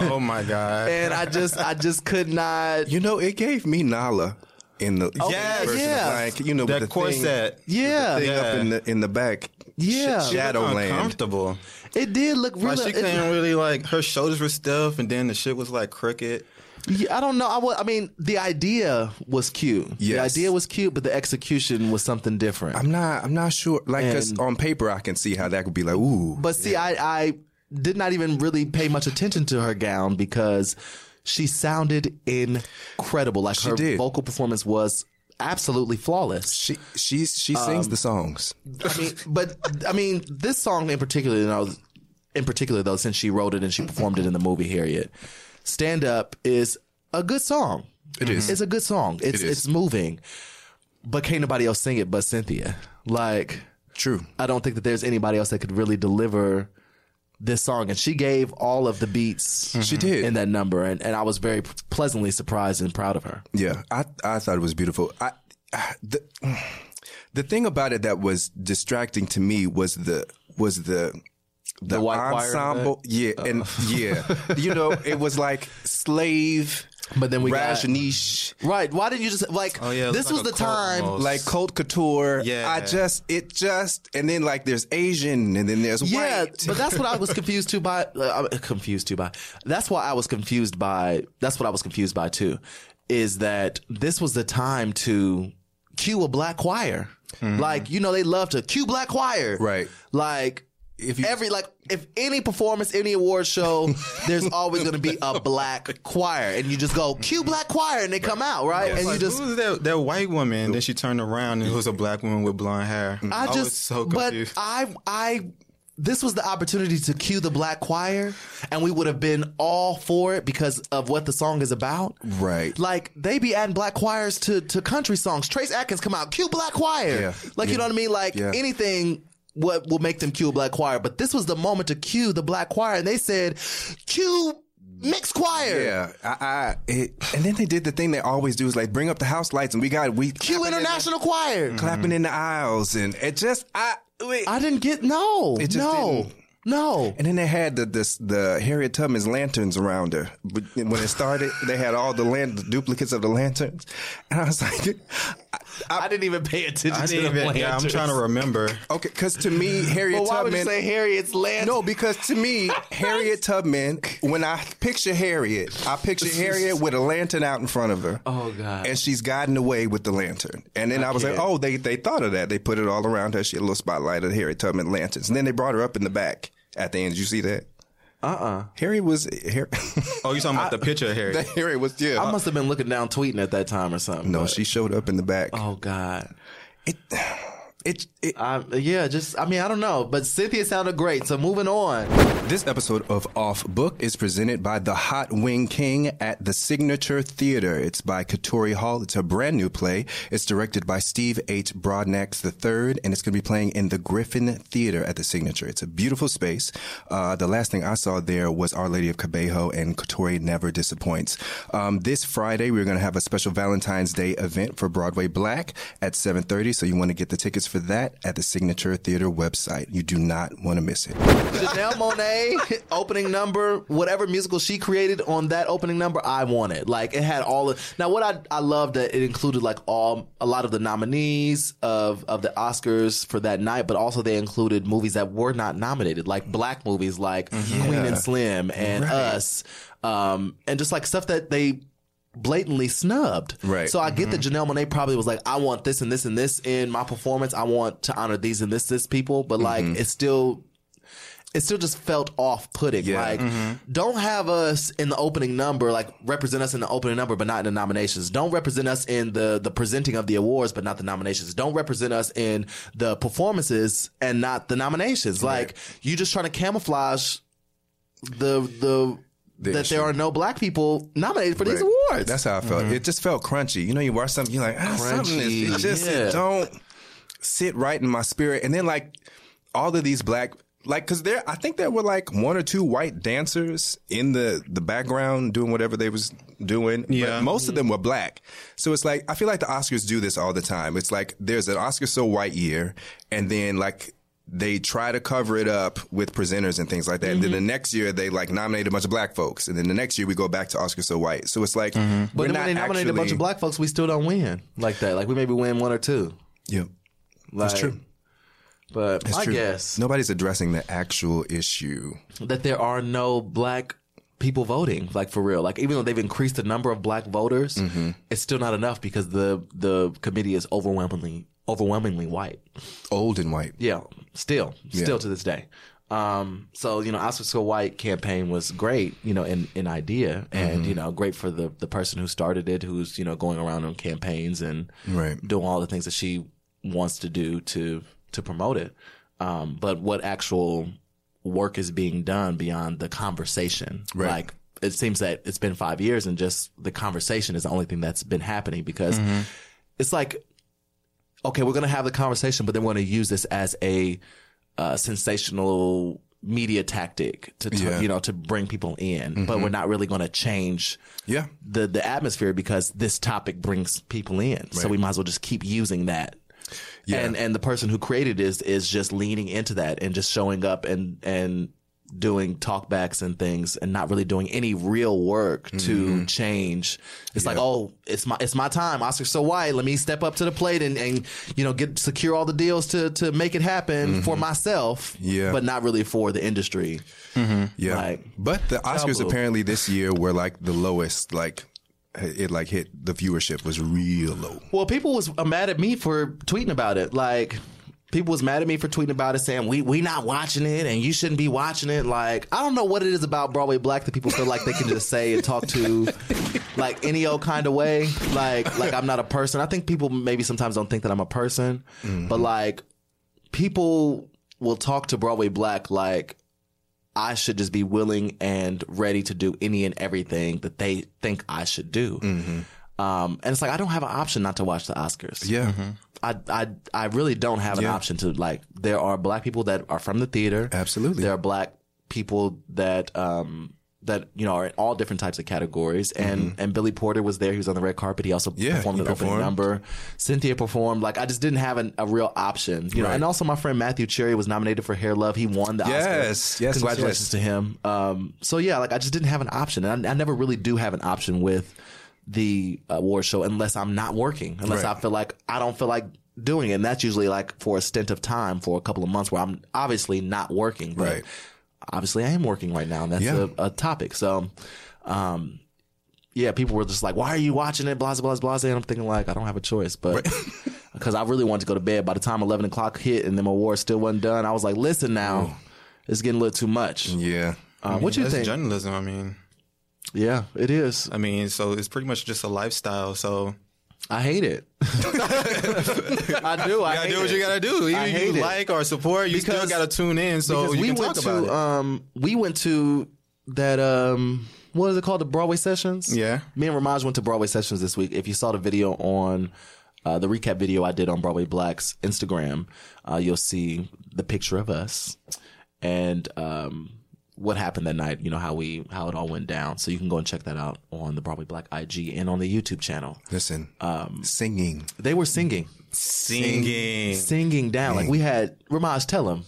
D: Oh my god.
A: And I just, I just could not.
C: You know, it gave me Nala in the
A: Oh, yeah,
C: version of
A: yeah.
C: like you know with the
D: that
C: thing-
D: corset.
A: Yeah.
C: thing up
D: Yeah.
C: in the in the back.
A: Yeah.
C: Sh-
A: She
D: It looked
C: Shadowland.
D: Uncomfortable.
A: It did look really.
D: Like she
A: it-
D: couldn't really like her shoulders were stiff, and then the shit was like crooked.
A: yeah, I don't know. I wa- I mean, the idea was cute. The
C: Yes.
A: idea was cute, but the execution was something different.
C: I'm not. I'm not sure. Like, 'cause
A: And-
C: on paper, I can see how that could be like, ooh.
A: but see, I, I did not even really pay much attention to her gown because she sounded incredible. Like her
C: did.
A: vocal performance was absolutely flawless.
C: she she's she
A: Um,
C: sings the songs.
A: I mean, but I mean, this song in particular, and I was, in particular though, since she wrote it and she performed it in the movie Harriet, "Stand Up" is a good song. It is. It's a good song. It's
C: is.
A: it's moving, but can't nobody else sing it but Cynthia. Like,
C: True.
A: I don't think that there's anybody else that could really deliver this song, and she gave all of the beats
C: She did.
A: in that number, and, and I was very pleasantly surprised and proud of her.
C: Yeah, I I thought it was beautiful. I I- the the thing about it that was distracting to me was the was the the,
D: white choir of
C: ensemble. Yeah, and yeah, you know, it was like slave.
A: But then we got-
C: Rajneesh,
A: Right? Why didn't you just like?
D: Oh, yeah, it
A: this was
D: looked
A: the
D: like a cult
A: time.
D: almost.
C: like Colt Couture.
D: Yeah.
C: I just it just and then like there's Asian and then there's
A: Yeah,
C: white.
A: but that's what I was confused too by. Uh, I'm confused too by. That's why I was confused by. That's what I was confused by too, is that this was the time to cue a black choir. Like you know they love to cue black choir.
C: Mm-hmm. Right.
A: Like
C: If you-
A: every like if any performance, any award show, there's always going to be a black choir, and you just go cue black choir, and they come out right, and you
D: Like,
A: just
D: who was that, that white woman? Then she turned around and it was a black woman with blonde hair.
A: I just
D: was so confused.
A: but I I this was the opportunity to cue the black choir and we would have been all for it because of what the song is about.
C: Right.
A: Like they be adding black choirs to to country songs. Trace Atkins come out, cue black choir.
C: Yeah.
A: Like you know what I mean? Like
C: Yeah.
A: anything what will make them cue a black choir. But this was the moment to cue the black choir and they said, cue mixed choir.
C: yeah, I, I it, and then they did the thing they always do is like bring up the house lights and we got we
A: Cue international choir.
C: clapping in the aisles and it just Mm-hmm. I it-
A: I didn't get no.
C: It just
A: no.
C: didn't.
A: No.
C: And then they had the this, the Harriet Tubman's lanterns around her. But when it started, they had all the, lan- the duplicates of the lanterns, and I was like, I-
A: I didn't even pay attention
D: I didn't even. Yeah, I'm trying to remember.
C: okay, because to me, Harriet
A: But Oh, why would
C: Tubman.
A: you say Harriet's land?
C: no, because to me, Harriet Tubman. When I picture Harriet, I picture Harriet with a lantern out in front of her. Oh God! And she's gotten away with the lantern. And then I, was like, oh, they they thought of that. They put it all around her. She had a little spotlight of Harriet Tubman lanterns, and then they brought her up in the back at the end. Did you see that? Uh uh Harriet was Har-
D: Oh, you talking about the picture of Harriet?
C: That Harriet was yeah.
A: I must have been looking down tweeting at that time or something.
C: no,
A: but-
C: she showed up in the back.
A: Oh God.
C: It, it, it,
A: I, yeah, just I mean I don't know, but Cynthia sounded great. So moving on.
C: this episode of Off Book is presented by the Hot Wing King at the Signature Theater. It's by Katori Hall. It's a brand new play. It's directed by Steve H. Broadnax III, and it's going to be playing in the Griffin Theater at the Signature. It's a beautiful space. Uh, the last thing I saw there was Our Lady of Cabejo, and Katori never disappoints. Um, this Friday, we're going to have a special Valentine's Day event for Broadway Black at 7.30, so you want to get the tickets for that at the Signature Theater website. You do not want to miss it.
A: Janelle Monet opening number, whatever musical she created on that opening number, I want it. Like it had all of now what I I loved that it included like all a lot of the nominees of of the Oscars for that night, but also they included movies that were not nominated, like black movies like Queen and Slim and Us. Um and just like stuff that they blatantly snubbed.
C: Right.
A: So I get that Janelle Monet probably was like, I want this and this and this in my performance. I want to honor these and this this people. But like it's still it still just felt off putting.
C: Yeah. mm-hmm.
A: Like, don't have us in the opening number, like represent us in the opening number, but not in the nominations. Don't represent us in the the presenting of the awards, but not the nominations. Don't represent us in the performances and not the nominations. Like, you just trying to camouflage the the. that
C: issue.
A: there are no black people nominated for these
C: Right.
A: awards.
C: That's how I felt. It just felt crunchy. You know, you watch something, you're like, ah, something is,
A: Crunchy,
C: it just
A: yeah.
C: it don't sit right in my spirit. And then like all of these black, like, cause there, I think there were like one or two white dancers in the the background doing whatever they was doing.
D: Yeah.
C: But most of them were black. So it's like I feel like the Oscars do this all the time. It's like there's an Oscar so white year, and then like. They try to cover it up with presenters and things like that. And then the
A: Mm-hmm.
C: next year they like nominate a bunch of black folks. And then the next year we go back to Oscar so white. So it's like
A: but then when they nominate a bunch of black folks, we still don't win like that. Like we maybe win one or two.
C: Yeah,
A: Like,
C: that's true.
A: But
C: It's
A: I
C: true.
A: guess
C: nobody's addressing the actual issue.
A: that there are no black people voting, like for real. Like even though they've increased the number of black voters, it's still not enough because the the committee is overwhelmingly overwhelmingly white.
C: Old and white.
A: Yeah, still, still to this day. Um, so you know, Oscar so white campaign was great, you know, in in idea, and you know, great for the the person who started it, who's you know going around on campaigns and
C: Right.
A: doing all the things that she wants to do to to promote it. Um, but what actual work is being done beyond the conversation?
C: Right.
A: Like it seems that it's been five years, and just the conversation is the only thing that's been happening because
C: Mm-hmm.
A: it's like okay, we're going to have the conversation, but then we're going to use this as a uh, sensational media tactic to, to
C: Yeah. Mm-hmm.
A: you know to bring people in, but we're not really going to change
C: Yeah.
A: the the atmosphere because this topic brings people in. So
C: Right.
A: we might as well just keep using that.
C: Yeah.
A: And and the person who created is is just leaning into that and just showing up and and doing talkbacks and things and not really doing any real work
C: Mm-hmm.
A: to change. It's like, oh, it's my it's my time. Oscar's so white. Let me step up to the plate and, and you know get secure all the deals to to make it happen for myself.
C: Mm-hmm. Yeah.
A: But not really for the industry.
C: Yeah.
A: Like,
C: but the Oscars
A: taboo.
C: apparently this year were like the lowest. Like it like hit the viewership was real low.
A: Well, people was uh, mad at me for tweeting about it. Like, people was mad at me for tweeting about it, saying we we not watching it and you shouldn't be watching it. Like, I don't know what it is about Broadway Black that people feel like they can just say and talk to, like any old kind of way. Like, like I'm not a person. I think people maybe sometimes don't think that I'm a person, but like people will talk to Broadway Black like I should just be willing and ready to do any and everything that they think I should do. Um, and it's like I don't have an option not to watch the Oscars.
C: Yeah.
A: I I I really don't have an option to like. There are black people that are from the theater.
C: Absolutely.
A: There are black people that um that you know are in all different types of categories. And and Billy Porter was there. He was on the red carpet. He also
C: Mm-hmm. Yeah,
A: performed
C: he
A: an opening
C: performed.
A: number. Cynthia performed. Like I just didn't have an, a real option. You know.
C: Right.
A: And also my friend Matthew Cherry was nominated for Hair Love. He won the Oscar.
C: Yes, yes,
A: Congratulations
C: yes.
A: to him. Um. So yeah, like I just didn't have an option, and I, I never really do have an option with the award show unless I'm not working, unless
C: Right.
A: I feel like I don't feel like doing it. And that's usually like for a stint of time for a couple of months where I'm obviously not working. But
C: Right.
A: obviously I am working right now and that's
C: Yeah.
A: a, a topic. So um yeah, people were just like, Why are you watching it? Blah blah blah blah and I'm thinking like I don't have a choice, but because I really wanted to go to bed. By the time eleven o'clock hit and then my war still wasn't done, I was like, Listen now, it's getting a little too much.
C: Yeah.
A: Uh, what you
D: That's
A: think?
D: journalism. I mean,
A: yeah, it is.
D: I mean, so it's pretty much just a lifestyle. So
A: I hate it. I do. I
D: gotta
A: hate
D: do
A: it.
D: what you gotta do. Either
A: I
D: you
A: hate it.
D: like or support, you
A: Because-
D: still gotta tune in. So
A: Because
D: you
A: we
D: can
A: went
D: talk
A: to
D: about
A: um we went to that um what is it called the Broadway sessions?
D: Yeah.
A: Me and Ramaj went to Broadway sessions this week. If you saw the video on uh, the recap video I did on Broadway Black's Instagram, uh, you'll see the picture of us and um what happened that night, you know, how we how it all went down. So you can go and check that out on the Broadway Black IG and on the YouTube channel.
C: Listen. Um singing.
A: They were singing.
D: singing.
A: Singing down. Like we had Ramaj, tell him.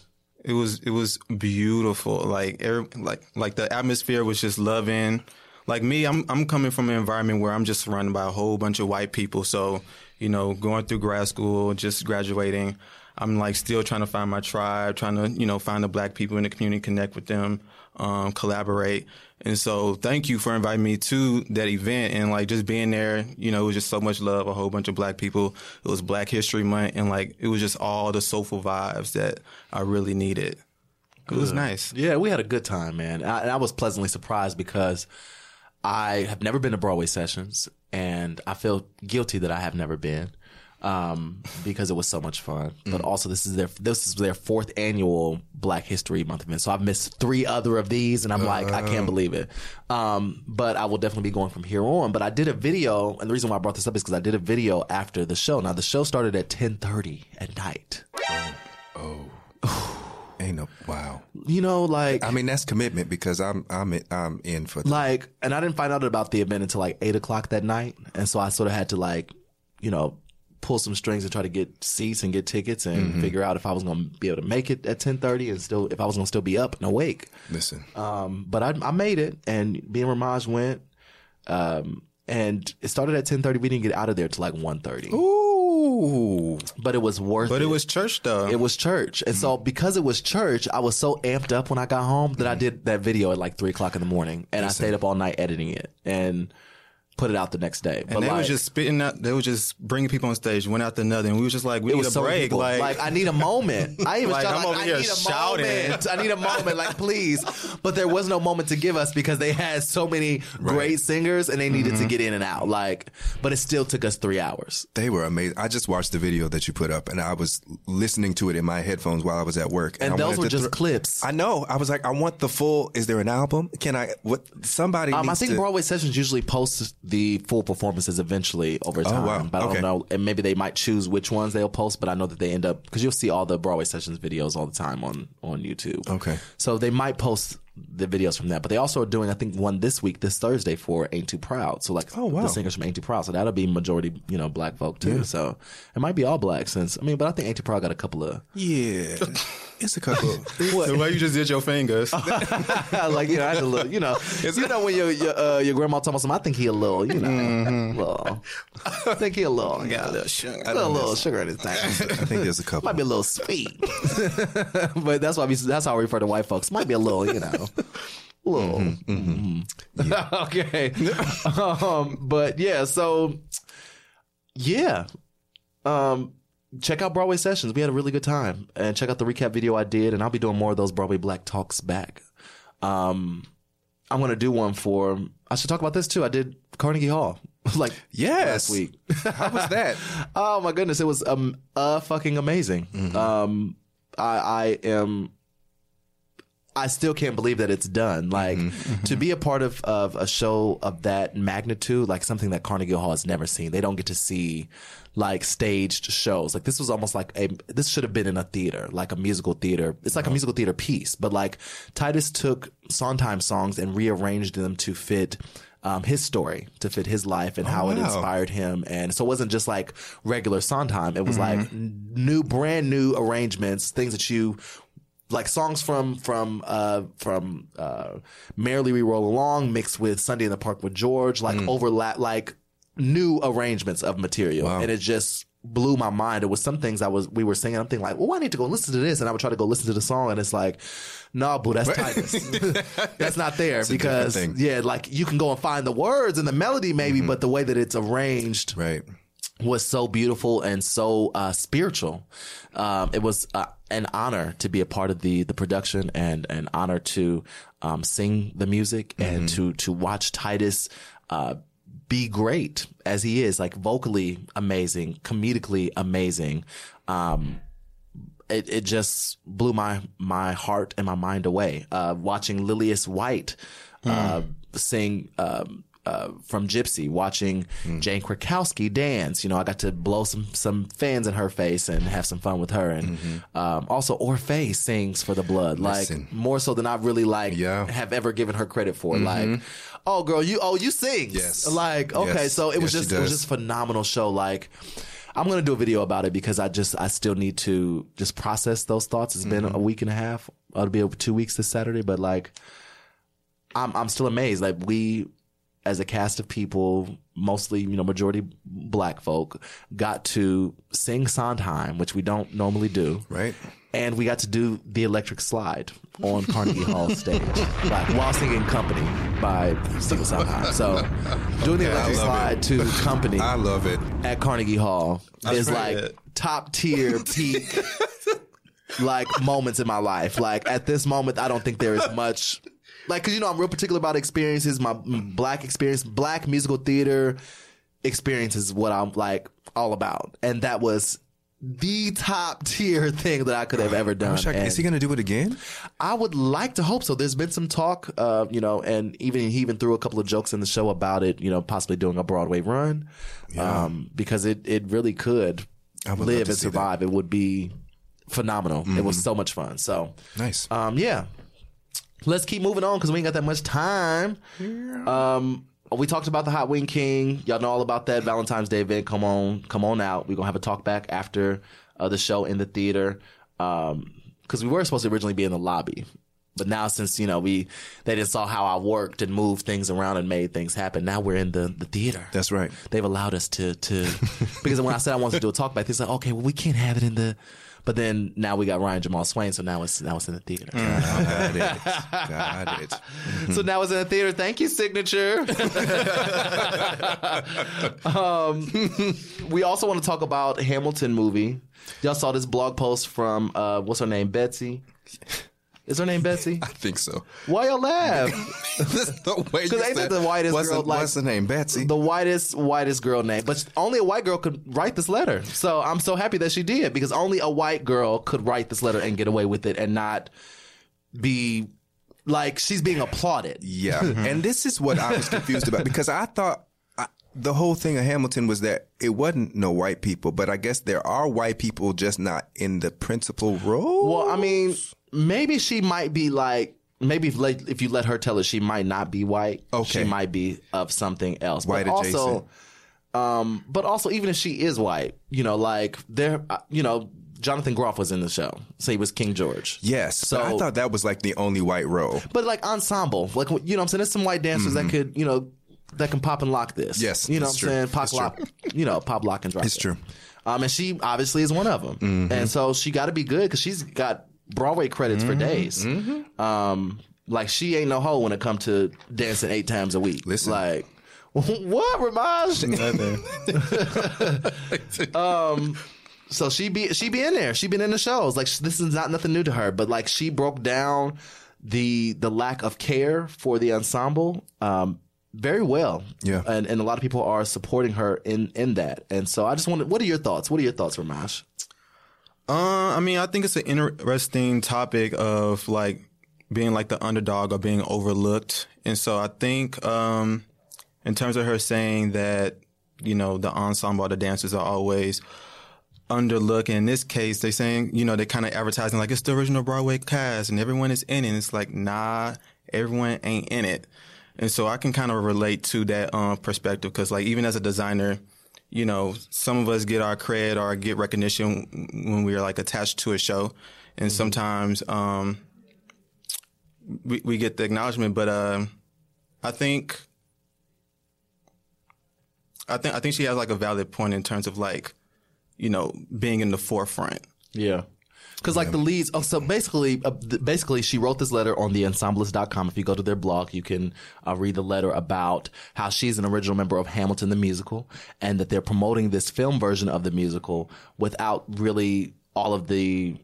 D: It was it was beautiful. Like every, like like the atmosphere was just loving. Like me, I'm I'm coming from an environment where I'm just surrounded by a whole bunch of white people. So you know, going through grad school, just graduating, I'm like still trying to find my tribe, trying to you know find the black people in the community, connect with them, um, collaborate. And so, thank you for inviting me to that event and like just being there. You know, it was just so much love, a whole bunch of black people. It was Black History Month, and like it was just all the soulful vibes that I really needed. It was nice.
A: Yeah, we had a good time, man. I, and I was pleasantly surprised because I have never been to Broadway sessions, and I feel guilty that I have never been um, because it was so much fun. But also, this is their this is their fourth annual Black History Month event, so I've missed three other of these, and I'm like, I can't believe it. Um, but I will definitely be going from here on. But I did a video, and the reason why I brought this up is because I did a video after the show. Now the show started at 10:30 at night.
C: Ain't no wow.
A: You know, like
C: I mean that's commitment because I'm I'm in, I'm in for
A: like and i didn't find out about the event until like eight o'clock that night and so i sort of had to like you know pull some strings and try to get seats and get tickets and
D: Mm-hmm.
A: figure out if i was going to be able to make it at 10.30 and still if i was going to still be up and awake
C: listen.
A: um, but I, I made it and me and ramaj went um, and it started at 10.30 we didn't get out of there till like 1.30
C: Ooh.
A: but it was worth
D: But
A: it
D: it was church though.
A: it was church. And
D: Mm-hmm.
A: so because it was church, I was so amped up when I got home that I did that video at like three o'clock in the morning and I stayed up all night editing it and put it out the next day.
D: and they was just spitting out. They was just bringing people on stage, one after another, and we was just like, we
A: it
D: need a
A: was so many
D: break.
A: people.
D: Like,
A: Like, I need a moment. I even
D: Like,
A: shouted,
D: I'm
A: like,
D: over
A: I
D: here
A: need a
D: shouting.
A: moment. I need a moment. Like please, but there was no moment to give us because they had so many great singers and they needed
D: Mm-hmm.
A: to get in and out. Like, but it still took us three hours.
C: They were amazing. I just watched the video that you put up, and I was listening to it in my headphones while I was at work.
A: And
C: I
A: those
C: wanted
A: were
C: to
A: just
C: thro-
A: clips.
C: I know. I was like, I want the full. Is there an album? Can I? What? Somebody.
A: Um, I
C: needs
A: think
C: to,
A: Broadway sessions usually post the full performances eventually over time.
C: Oh, wow.
A: But I
C: Okay.
A: don't know, and maybe they might choose which ones they'll post. But I know that they end up because you'll see all the Broadway sessions videos all the time on on YouTube.
C: Okay.
A: so they might post the videos from that. But they also are doing, I think, one this week, this Thursday for "Ain't Too Proud." So like,
C: Oh, wow.
A: the singers from "Ain't Too Proud." So that'll be majority, you know, black folk too. So it might be all black since I mean, but I think "Ain't Too Proud" got a couple of
C: Yeah. It's a couple.
D: The way you just did your fingers.
A: like you know, I had to look. You know, you know when your your, uh, your grandma talking about something, I think he a little, you know, little. I think he a little, yeah, Mm-hmm. a little sugar, a little, little sugar in his thing.
C: I think there's a couple.
A: Might be a little sweet, but that's why we, that's how I refer to white folks. Might be a little, you know, little. Mm-hmm. okay, um, but yeah, so yeah, um, check out Broadway Sessions. We had a really good time, and check out the recap video I did, and I'll be doing more of those Broadway Black Talks back. Um, I'm gonna do one for. I should talk about this too. I did Carnegie Hall like
C: Yes.
A: last week.
C: How was that?
A: Oh my goodness, it was um uh fucking amazing. Um, I I am. I still can't believe that it's done. Like to be a part of, of a show of that magnitude, like something that Carnegie Hall has never seen. They don't get to see like staged shows. Like this was almost like a this should have been in a theater, like a musical theater. It's like a musical theater piece, but like Titus took Sondheim songs and rearranged them to fit um, his story, to fit his life and how it
C: wow.
A: inspired inspired him. And so it wasn't just like regular Sondheim. It was like n- new, brand new arrangements, things that you like songs from from uh from uh Merrily We Roll Along mixed with Sunday in the Park with George, like
C: Mm.
A: overlap like new arrangements of material. And it just blew my mind. It was some things I was we were singing. I'm thinking like, well, I need to go listen to this. And I would try to go listen to the song and it's like, nah, boo, that's Titus. that's not there because
C: thing. Mm-hmm.
A: yeah, like you can go and find the words and the melody maybe, but the way that it's arranged
C: Right.
A: was so beautiful and so uh, spiritual. Um, it was uh, an honor to be a part of the the production and an honor to um, sing the music and to to watch Titus. Uh, be great as he is, like vocally amazing, comedically amazing. Um, it, it just blew my my heart and my mind away. Uh, watching Lilius White
C: Hmm.
A: uh, sing um, uh, from Gypsy, watching
C: Hmm.
A: Jane Krakowski dance. You know, I got to blow some some fans in her face and have some fun with her, and um, also Orfei sings for the Blood, like
C: Mm-hmm. Listen.
A: more so than I really like
C: Yeah. Mm-hmm.
A: have ever given her credit for. Like, oh girl, you oh you sing,
C: Yes.
A: Like oh, okay,
C: Yes.
A: so it was
C: Yes, she
A: just it was
C: does.
A: just phenomenal show. Like, I'm gonna do a video about it because I just I still need to just process those thoughts. It's
C: Mm-hmm.
A: been a week and a half. It'll be two weeks this Saturday, but like, I'm I'm still amazed. Like we, as a cast of people, mostly you know majority black folk, got to sing Sondheim, which we don't normally do,
C: Right.
A: and we got to do the electric slide on Carnegie Hall stage, like while singing "Company" by Stephen Sondheim. So doing the electric
C: love
A: slide to "Company"
C: I love it.
A: at Carnegie Hall is like
D: it.
A: top tier peak. like moments in my life. Like at this moment, I don't think there is much. Like, cause you know I'm real particular about experiences. My mm, black experience, black musical theater experience is what I'm like all about, and that was the top tier thing that I could have ever done.
C: Check,
A: And-
C: is he going to do it again?
A: I would like to hope so. There's been some talk, uh, you know, and even he even threw a couple of jokes in the show about it, you know, possibly doing a Broadway run, um, because it it really could
C: would love
A: live
C: to
A: and
C: see that. Mm-hmm.
A: survive. It would be phenomenal. It was so much fun. So
C: Nice.
A: um, yeah. Let's keep moving on because we ain't got that much time. Um, we talked about the Hot Wing King. Y'all know all about that Valentine's Day event. Come on, come on out. We're gonna have a talk back after uh, the show in the theater. Um, because we were supposed to originally be in the lobby, but now since you know we they just saw how I worked and moved things around and made things happen. Now we're in the the theater
C: That's right.
A: they've allowed us to to because when I said I wanted to do a talk back, they said, okay, well we can't have it in the. But then now we got Ryan Jamal Swain, so now it's now it's in the theater.
C: Mm-hmm. Got it. Got it.
A: So now it's in the theater. Thank you, signature. um, we also want to talk about Hamilton movie. Y'all saw this blog post from uh, what's her name, Betsy. Is her name Betsy?
C: I think so.
A: Why y'all laugh?
C: the way you
A: 'Cause ain't
C: said-
A: that the whitest
C: what's
A: girl,
C: The,
A: like-
C: what's the name? Betsy.
A: The whitest, whitest girl name. But only a white girl could write this letter. So I'm so happy that she did because only a white girl could write this letter and get away with it and not be like she's being applauded.
C: Yeah. and this is what I was confused about because I thought I, the whole thing of Hamilton was that it wasn't no white people, but I guess there are white people just not in the principal role.
A: Well, I mean, maybe she might be like, maybe if, like, if you let her tell it, she might not be white.
C: Okay.
A: She might be of something else.
C: White
A: but
C: adjacent.
A: also, um, but also, even if she is white, you know, like there, uh, you know, Jonathan Groff was in the show, so he was King George.
C: yes, so I
A: So-
C: thought that was like the only white role.
A: But like ensemble, like you know, what I'm saying there's some white dancers that could, you know, that can pop and lock this.
C: Mm-hmm. Yes,
A: you know, what I'm
C: that's true.
A: saying pop
C: That's
A: lock, you know, pop lock and drop.
C: It's
A: it.
C: true. Mm-hmm.
A: Um, and she obviously is one of them, and so she got to be good because she's got Broadway credits
C: Mm-hmm.
A: for days. Um, like she ain't no hoe when it come to dancing eight times a week.
C: Listen.
A: like. What, Ramaj? So she be she be in there. She been in the shows. Like sh- this is not nothing new to her. But like she broke down the the lack of care for the ensemble um, very well.
C: Yeah.
A: and and a lot of people are supporting her in in that. And so I just wanted. What are your thoughts? What are your thoughts, Ramash?
D: Uh, I mean, I think it's an interesting topic of like being like the underdog or being overlooked. And so I think, um, in terms of her saying that, you know, the ensemble or the dancers are always underlooked. In this case, they saying, you know, they kind of advertising like it's the original Broadway cast and everyone is in it. And it's like, nah, everyone ain't in it. And so I can kind of relate to that um, perspective because, like, even as a designer, you know, some of us get our cred or get recognition when we are like attached to a show, and sometimes um, we we get the acknowledgement. But um I think, I think, I think she has like a valid point in terms of like, you know, being in the forefront.
A: Yeah. Because like the leads, oh, so basically, uh, th- basically, she wrote this letter on the ensemblist.com. If you go to their blog, you can uh, read the letter about how she's an original member of Hamilton the musical, and that they're promoting this film version of the musical without really all of the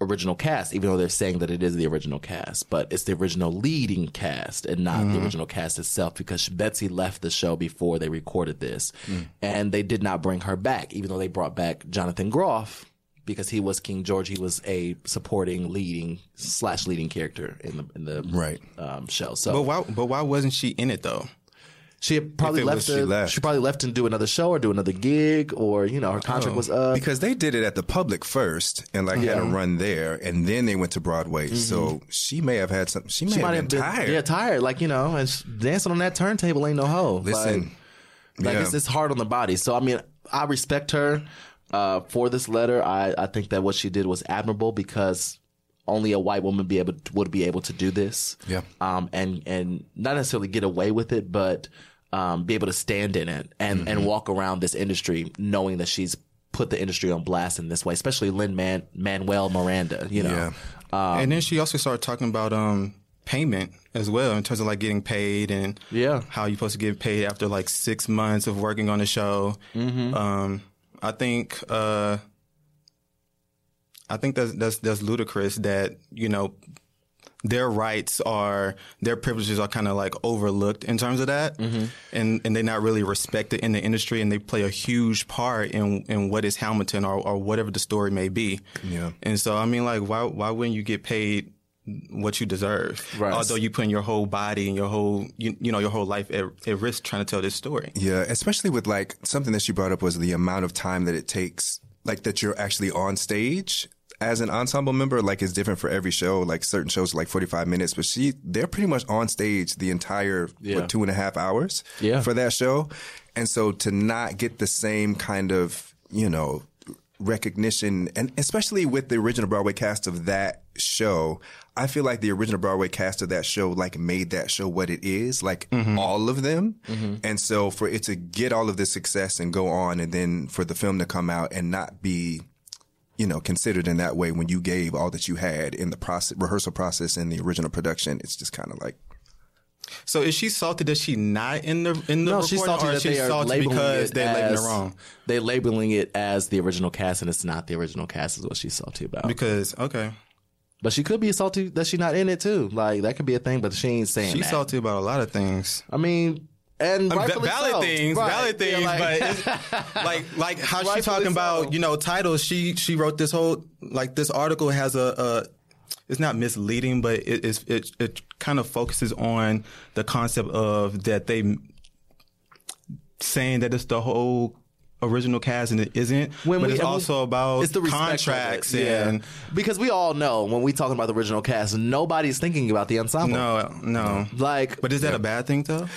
A: original cast, even though they're saying that it is the original cast, but it's the original leading cast and not the original cast itself because Betsy left the show before they recorded this, and they did not bring her back, even though they brought back Jonathan Groff because he was King George. He was a supporting, leading slash leading character in the in the
C: Right.
A: um, show. So
D: But why? But why wasn't she in it though?
A: she had probably
C: If it
A: left,
C: was,
A: to-
C: she
A: she
C: left.
A: probably left and do another show or do another gig or you know her
C: Oh.
A: contract was up.
C: Because they did it at the public first and like had a run there and then they went to Broadway. So she may have had something. She may
A: Mm-hmm. She
C: have
A: might
C: been tired.
A: yeah tired like you know and sh- dancing on that turntable ain't no hoe.
C: Listen.
A: Like- Like
C: Yeah.
A: it's, it's hard on the body. So I mean, I respect her uh, for this letter. I, I think that what she did was admirable because only a white woman be able would be able to do this.
C: Yeah.
A: Um. And and not necessarily get away with it, but um, be able to stand in it and and
C: Mm-hmm.
A: walk around this industry knowing that she's put the industry on blast in this way, especially Lynn Man- Manuel Miranda. You know.
C: Yeah.
D: and then she also started talking about um, payment as well in terms of like getting paid and
A: Yeah.
D: how you're supposed to get paid after like six months of working on the show. Um, I think uh, I think that's that's that's ludicrous that you know their rights are their privileges are kind of like overlooked in terms of that
A: Mm-hmm.
D: and and they're not really respected in the industry and they play a huge part in in what is Hamilton or, or whatever the story may be yeah and so I mean like why why wouldn't you get paid what you deserve
A: Right.
D: although you putting your whole body and your whole you, you know your whole life at, at risk trying to tell this story
C: Yeah, especially with like something that she brought up was the amount of time that it takes, like that you're actually on stage as an ensemble member. Like it's different for every show. Like certain shows are like 45 minutes, but she they're pretty much on stage the entire
A: Yeah.
C: what, two and a half hours
A: Yeah.
C: for that show, and so to not get the same kind of you know recognition and especially with the original Broadway cast of that show. I feel like the original Broadway cast of that show like made that show what it is, like
A: Mm-hmm.
C: all of them. And so for it to get all of this success and go on and then for the film to come out and not be you know considered in that way when you gave all that you had in the process rehearsal process in the original production, it's just kind of like
D: so is she salty that she not in the in the
A: No,
D: recording,
A: she's salty
D: or
A: that
D: is she
A: they are
D: salty
A: labeling
D: because
A: it
D: they're labeling
A: as,
D: her wrong
A: They're labeling it as the original cast, and it's not the original cast. Is what she's salty about.
D: because okay
A: But she could be salty that she's not in it too. Like that could be a thing, but she ain't saying
D: she's
A: that.
D: salty about a lot of things
A: I mean, and
D: I mean,
A: rightfully
D: Uh, valid
A: so.
D: things,
A: Right.
D: valid
A: Yeah,
D: things,
A: like-
D: but it's, like like how she
A: Rightfully so.
D: talking about you know titles. She she wrote this whole like this article has a. a it's not misleading, but it is it it kind of focuses on the concept of that they saying that it's the whole original cast and it isn't.
A: When
D: but
A: we-
D: it's
A: and we-
D: also about
A: it's the respect of it,
D: contracts
A: yeah.
D: and
A: because we all know when we talking about the original cast, nobody's thinking about the ensemble.
D: no, no.
A: Like,
D: but is that a bad thing though?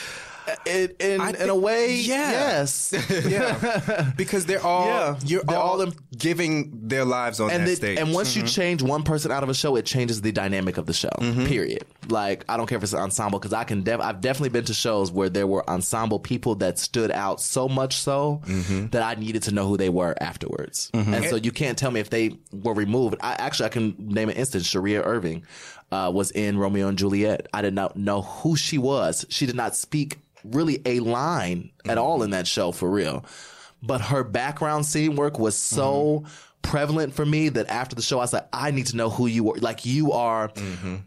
A: it, in
C: I
A: in a
C: think-
A: way,
C: yeah.
A: yes,
C: yeah, because they're all
A: Yeah.
C: you're
A: They're
C: all,
A: all in-
C: giving their lives on
A: and
C: that
A: it-
C: stage. Mm-hmm.
A: and once you change one person out of a show, it changes the dynamic of the show. Period. Like I don't care if it's an ensemble because I can. Def- I've definitely been to shows where there were ensemble people that stood out so much so
C: Mm-hmm.
A: that I needed to know who they were afterwards. And so you can't tell me if they were removed. I actually I can name an instance. Sharia Irving uh, was in Romeo and Juliet. I did not know who she was. She did not speak really a line
C: Mm-hmm.
A: at all in that show for real but her background scene work was so prevalent for me that after the show I was like I need to know who you are like you are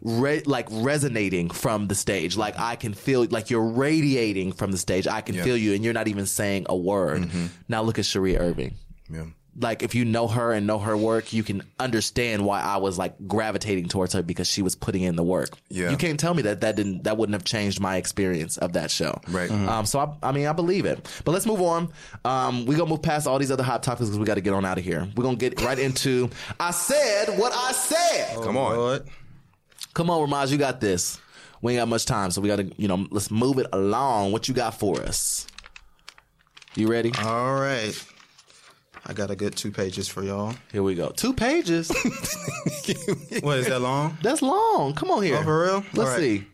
A: re- like resonating from the stage like I can feel like you're radiating from the stage I can feel you and you're not even saying a word now look at Sharia Irving
C: Yeah.
A: like if you know her and know her work you can understand why I was like gravitating towards her because she was putting in the work
C: Yeah.
A: you can't tell me that that didn't that wouldn't have changed my experience of that show
C: Right.
A: um, so I, I mean, I believe it. But let's move on. Um, we're gonna move past all these other hot topics because we got to get on out of here. We're gonna get right into. I said what I said.
C: Come on.
D: Lord.
A: Come on, Ramaz, you got this. We ain't got much time, so we gotta, you know, let's move it along. What you got for us? You ready?
C: Uh,
D: All right. I got a good two pages for y'all.
A: Here we go. Two pages.
D: What is that long?
A: That's long. Come on here.
D: Oh, for real?
A: Let's
D: All right.
A: see.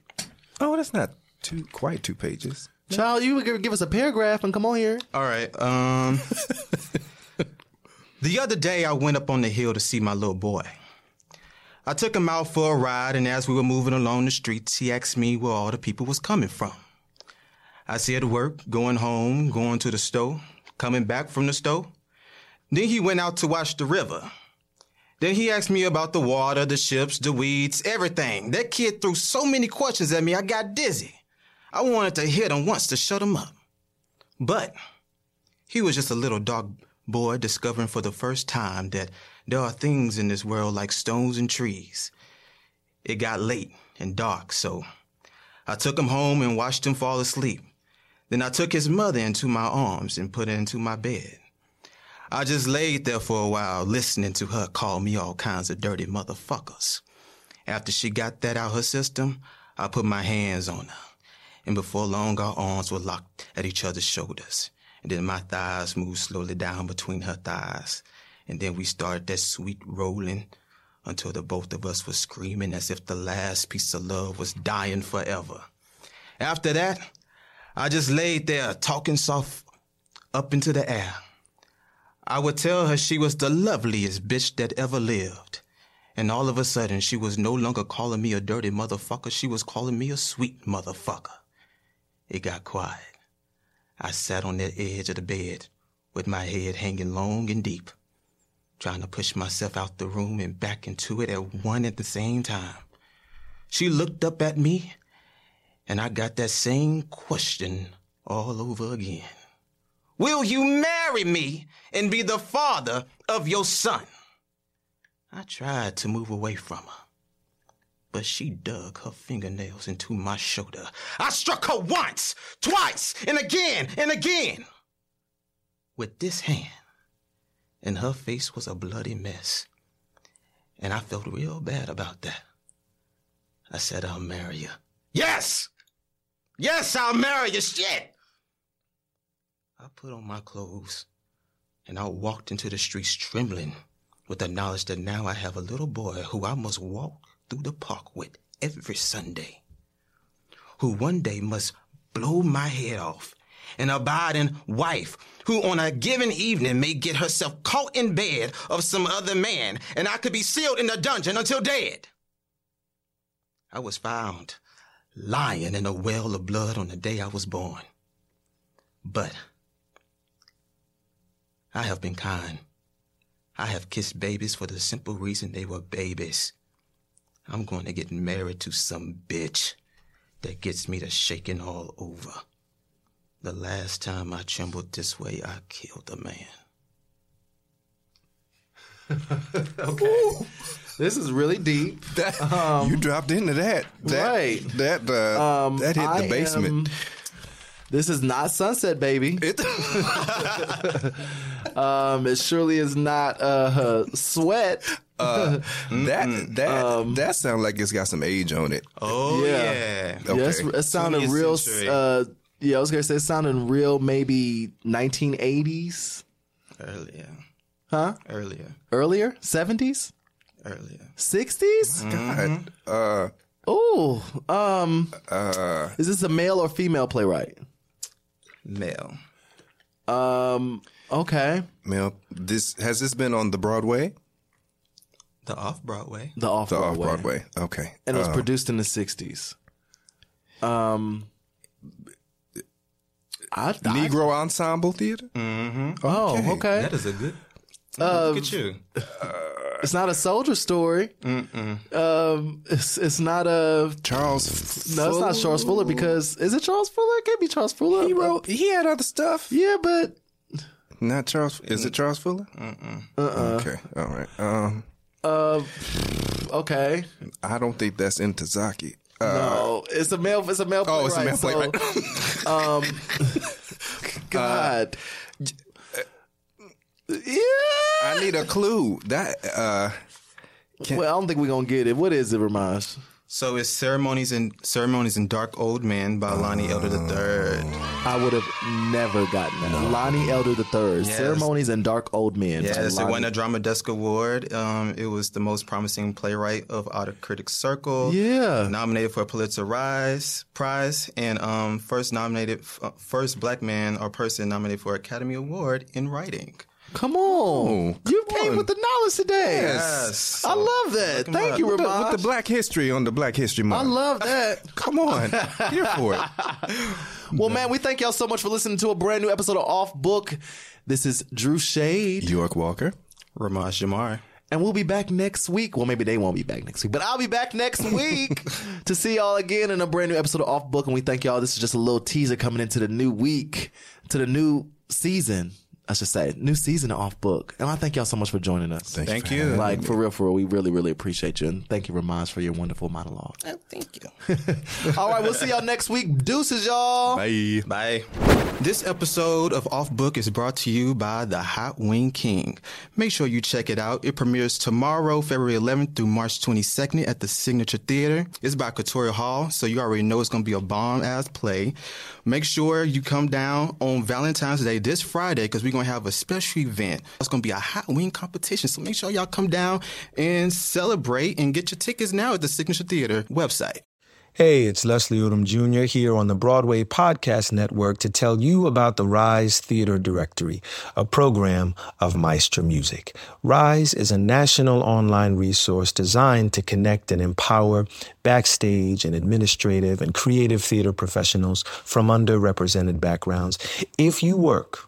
C: Oh, that's not two quite two pages.
A: Child, you would give- give us a paragraph and come on here.
D: All right. Um, the other day, I went up on the hill to see my little boy. I took him out for a ride, and as we were moving along the streets, he asked me where all the people was coming from. I said work, going home, going to the store, coming back from the store. Then he went out to watch the river. Then he asked me about the water, the ships, the weeds, everything. That kid threw so many questions at me, I got dizzy. I wanted to hit him once to shut him up. But he was just a little dog boy discovering for the first time that there are things in this world like stones and trees. It got late and dark, so I took him home and watched him fall asleep. Then I took his mother into my arms and put her into my bed. I just laid there for a while listening to her call me all kinds of dirty motherfuckers. After she got that out her system, I put my hands on her and before long our arms were locked at each other's shoulders. And then my thighs moved slowly down between her thighs. And then we started that sweet rolling until the both of us were screaming as if the last piece of love was dying forever. After that, I just laid there talking soft up into the air. I would tell her she was the loveliest bitch that ever lived. And all of a sudden, she was no longer calling me a dirty motherfucker. She was calling me a sweet motherfucker. It got quiet. I sat on that edge of the bed with my head hanging long and deep, trying to push myself out the room and back into it at one at the same time. She looked up at me, and I got that same question all over again. Will you marry me and be the father of your son? I tried to move away from her, but she dug her fingernails into my shoulder. I struck her once, twice, and again, and again with this hand, and her face was a bloody mess. And I felt real bad about that. I said, I'll marry you. Yes! Yes, I'll marry you, shit! I put on my clothes and I walked into the streets trembling with the knowledge that now I have a little boy who I must walk through the park with every Sunday, who one day must blow my head off, an abiding wife who on a given evening may get herself caught in bed of some other man, and I could be sealed in a dungeon until dead. I was found lying in a well of blood on the day I was born. But I have been kind. I have kissed babies for the simple reason they were babies. I'm going to get married to some bitch that gets me to shaking all over. The last time I trembled this way, I killed a man.
A: This is really deep.
C: That, you dropped into that. that
A: Right.
C: That uh, that hit
A: um, I
C: the basement.
A: am- This is not Sunset Baby. um, it surely is not uh, Sweat.
C: That that that sounds like it's got some age on it.
D: Oh
A: Yeah.
D: yeah.
A: Yeah, it's,
C: Okay.
A: it sounded
D: 20th
A: real.
D: century.
A: Uh, yeah, I was gonna say it sounded real, maybe 1980s,
D: Earlier.
A: huh?
D: Earlier.
A: Earlier, 70s,
D: Earlier.
A: 60s.
C: God. Uh,
A: Oh, um, is this a male or female playwright?
D: Male.
A: Um, okay,
C: Mel, this has this been on the Broadway?
D: The off Broadway.
A: the off
C: The off
A: Broadway,
C: Broadway. Okay.
A: and it was
C: Uh,
A: produced in the 60s. Um, I, I
C: Negro Ensemble Theater?
A: oh okay,
D: That is a good. Look at you.
A: it's not a soldier story. Um, it's it's not a
C: Charles. F-
A: No, it's not Charles Fuller because is it Charles Fuller? It can't be Charles Fuller.
C: He wrote. He had other stuff.
A: Yeah, but
C: Not Charles. Is it Charles Fuller? Mm-mm. Uh-uh. Okay. All right. Um,
A: uh, okay.
C: I don't think that's Intozaki. Uh,
A: No, it's a male. It's a male.
C: Oh, it's a male
A: playwright,
C: playwright. Uh,
A: so, um, God. yeah.
C: I need a clue. That uh,
A: Well, I don't think we're gonna get it. What is it, Ramaj?
D: So it's ceremonies and ceremonies and Dark Old Man by Lonnie Elder III.
A: I would have never gotten that. Lonnie Elder the Third,
D: Yes.
A: Ceremonies and Dark Old Men. by
D: Yes, it
A: Lonnie-
D: won a Drama Desk Award. Um, it was the most promising playwright of Outer Critics Circle.
A: Yeah.
D: Nominated for a Pulitzer Prize, Prize, and um, first nominated, f- uh, first black man or person nominated for Academy Award in writing.
A: Come on, you came
C: on.
A: with the knowledge today.
D: Yes.
A: I love that.
D: Look 'em
A: Thank
D: up.
A: you,
D: With
C: with the,
A: Ramaj.
C: with the Black History on the Black History
A: I
C: Month.
A: love that.
C: Come on, here for it.
A: Well, man, we thank y'all so much for listening to a brand new episode of Off Book. This is Drew Shade,
C: York Walker.
D: Ramaj Jamar.
A: and we'll be back next week. Well, maybe they won't be back next week, but I'll be back next week to see y'all again in a brand new episode of Off Book. And we thank y'all. This is just a little teaser coming into the new week, to the new season, I should say, new season of Off Book. And I thank y'all so much for joining us.
D: Thank you.
A: Like for real, for real, we really, really appreciate you, and thank you, Ramaz, for your wonderful monologue.
D: Oh, thank you.
A: All right, we'll see y'all next week. Deuces, y'all.
C: Bye.
D: Bye. This episode of Off Book is brought to you by The Hot Wing King. Make sure you check it out. It premieres tomorrow, February 11th through March 22nd at the Signature Theater. It's by Katori Hall, so you already know it's going to be a bomb ass play. Make sure you come down on Valentine's Day this Friday because we're going to have a special event. It's going to be a Hot Wing competition, so make sure y'all come down and celebrate and get your tickets now at the Signature Theater website.
F: Hey, it's Leslie Odom Jr. here on the Broadway Podcast Network to tell you about the Rise Theater Directory, a program of Maestro Music. Rise is a national online resource designed to connect and empower backstage and administrative and creative theater professionals from underrepresented backgrounds. If you work,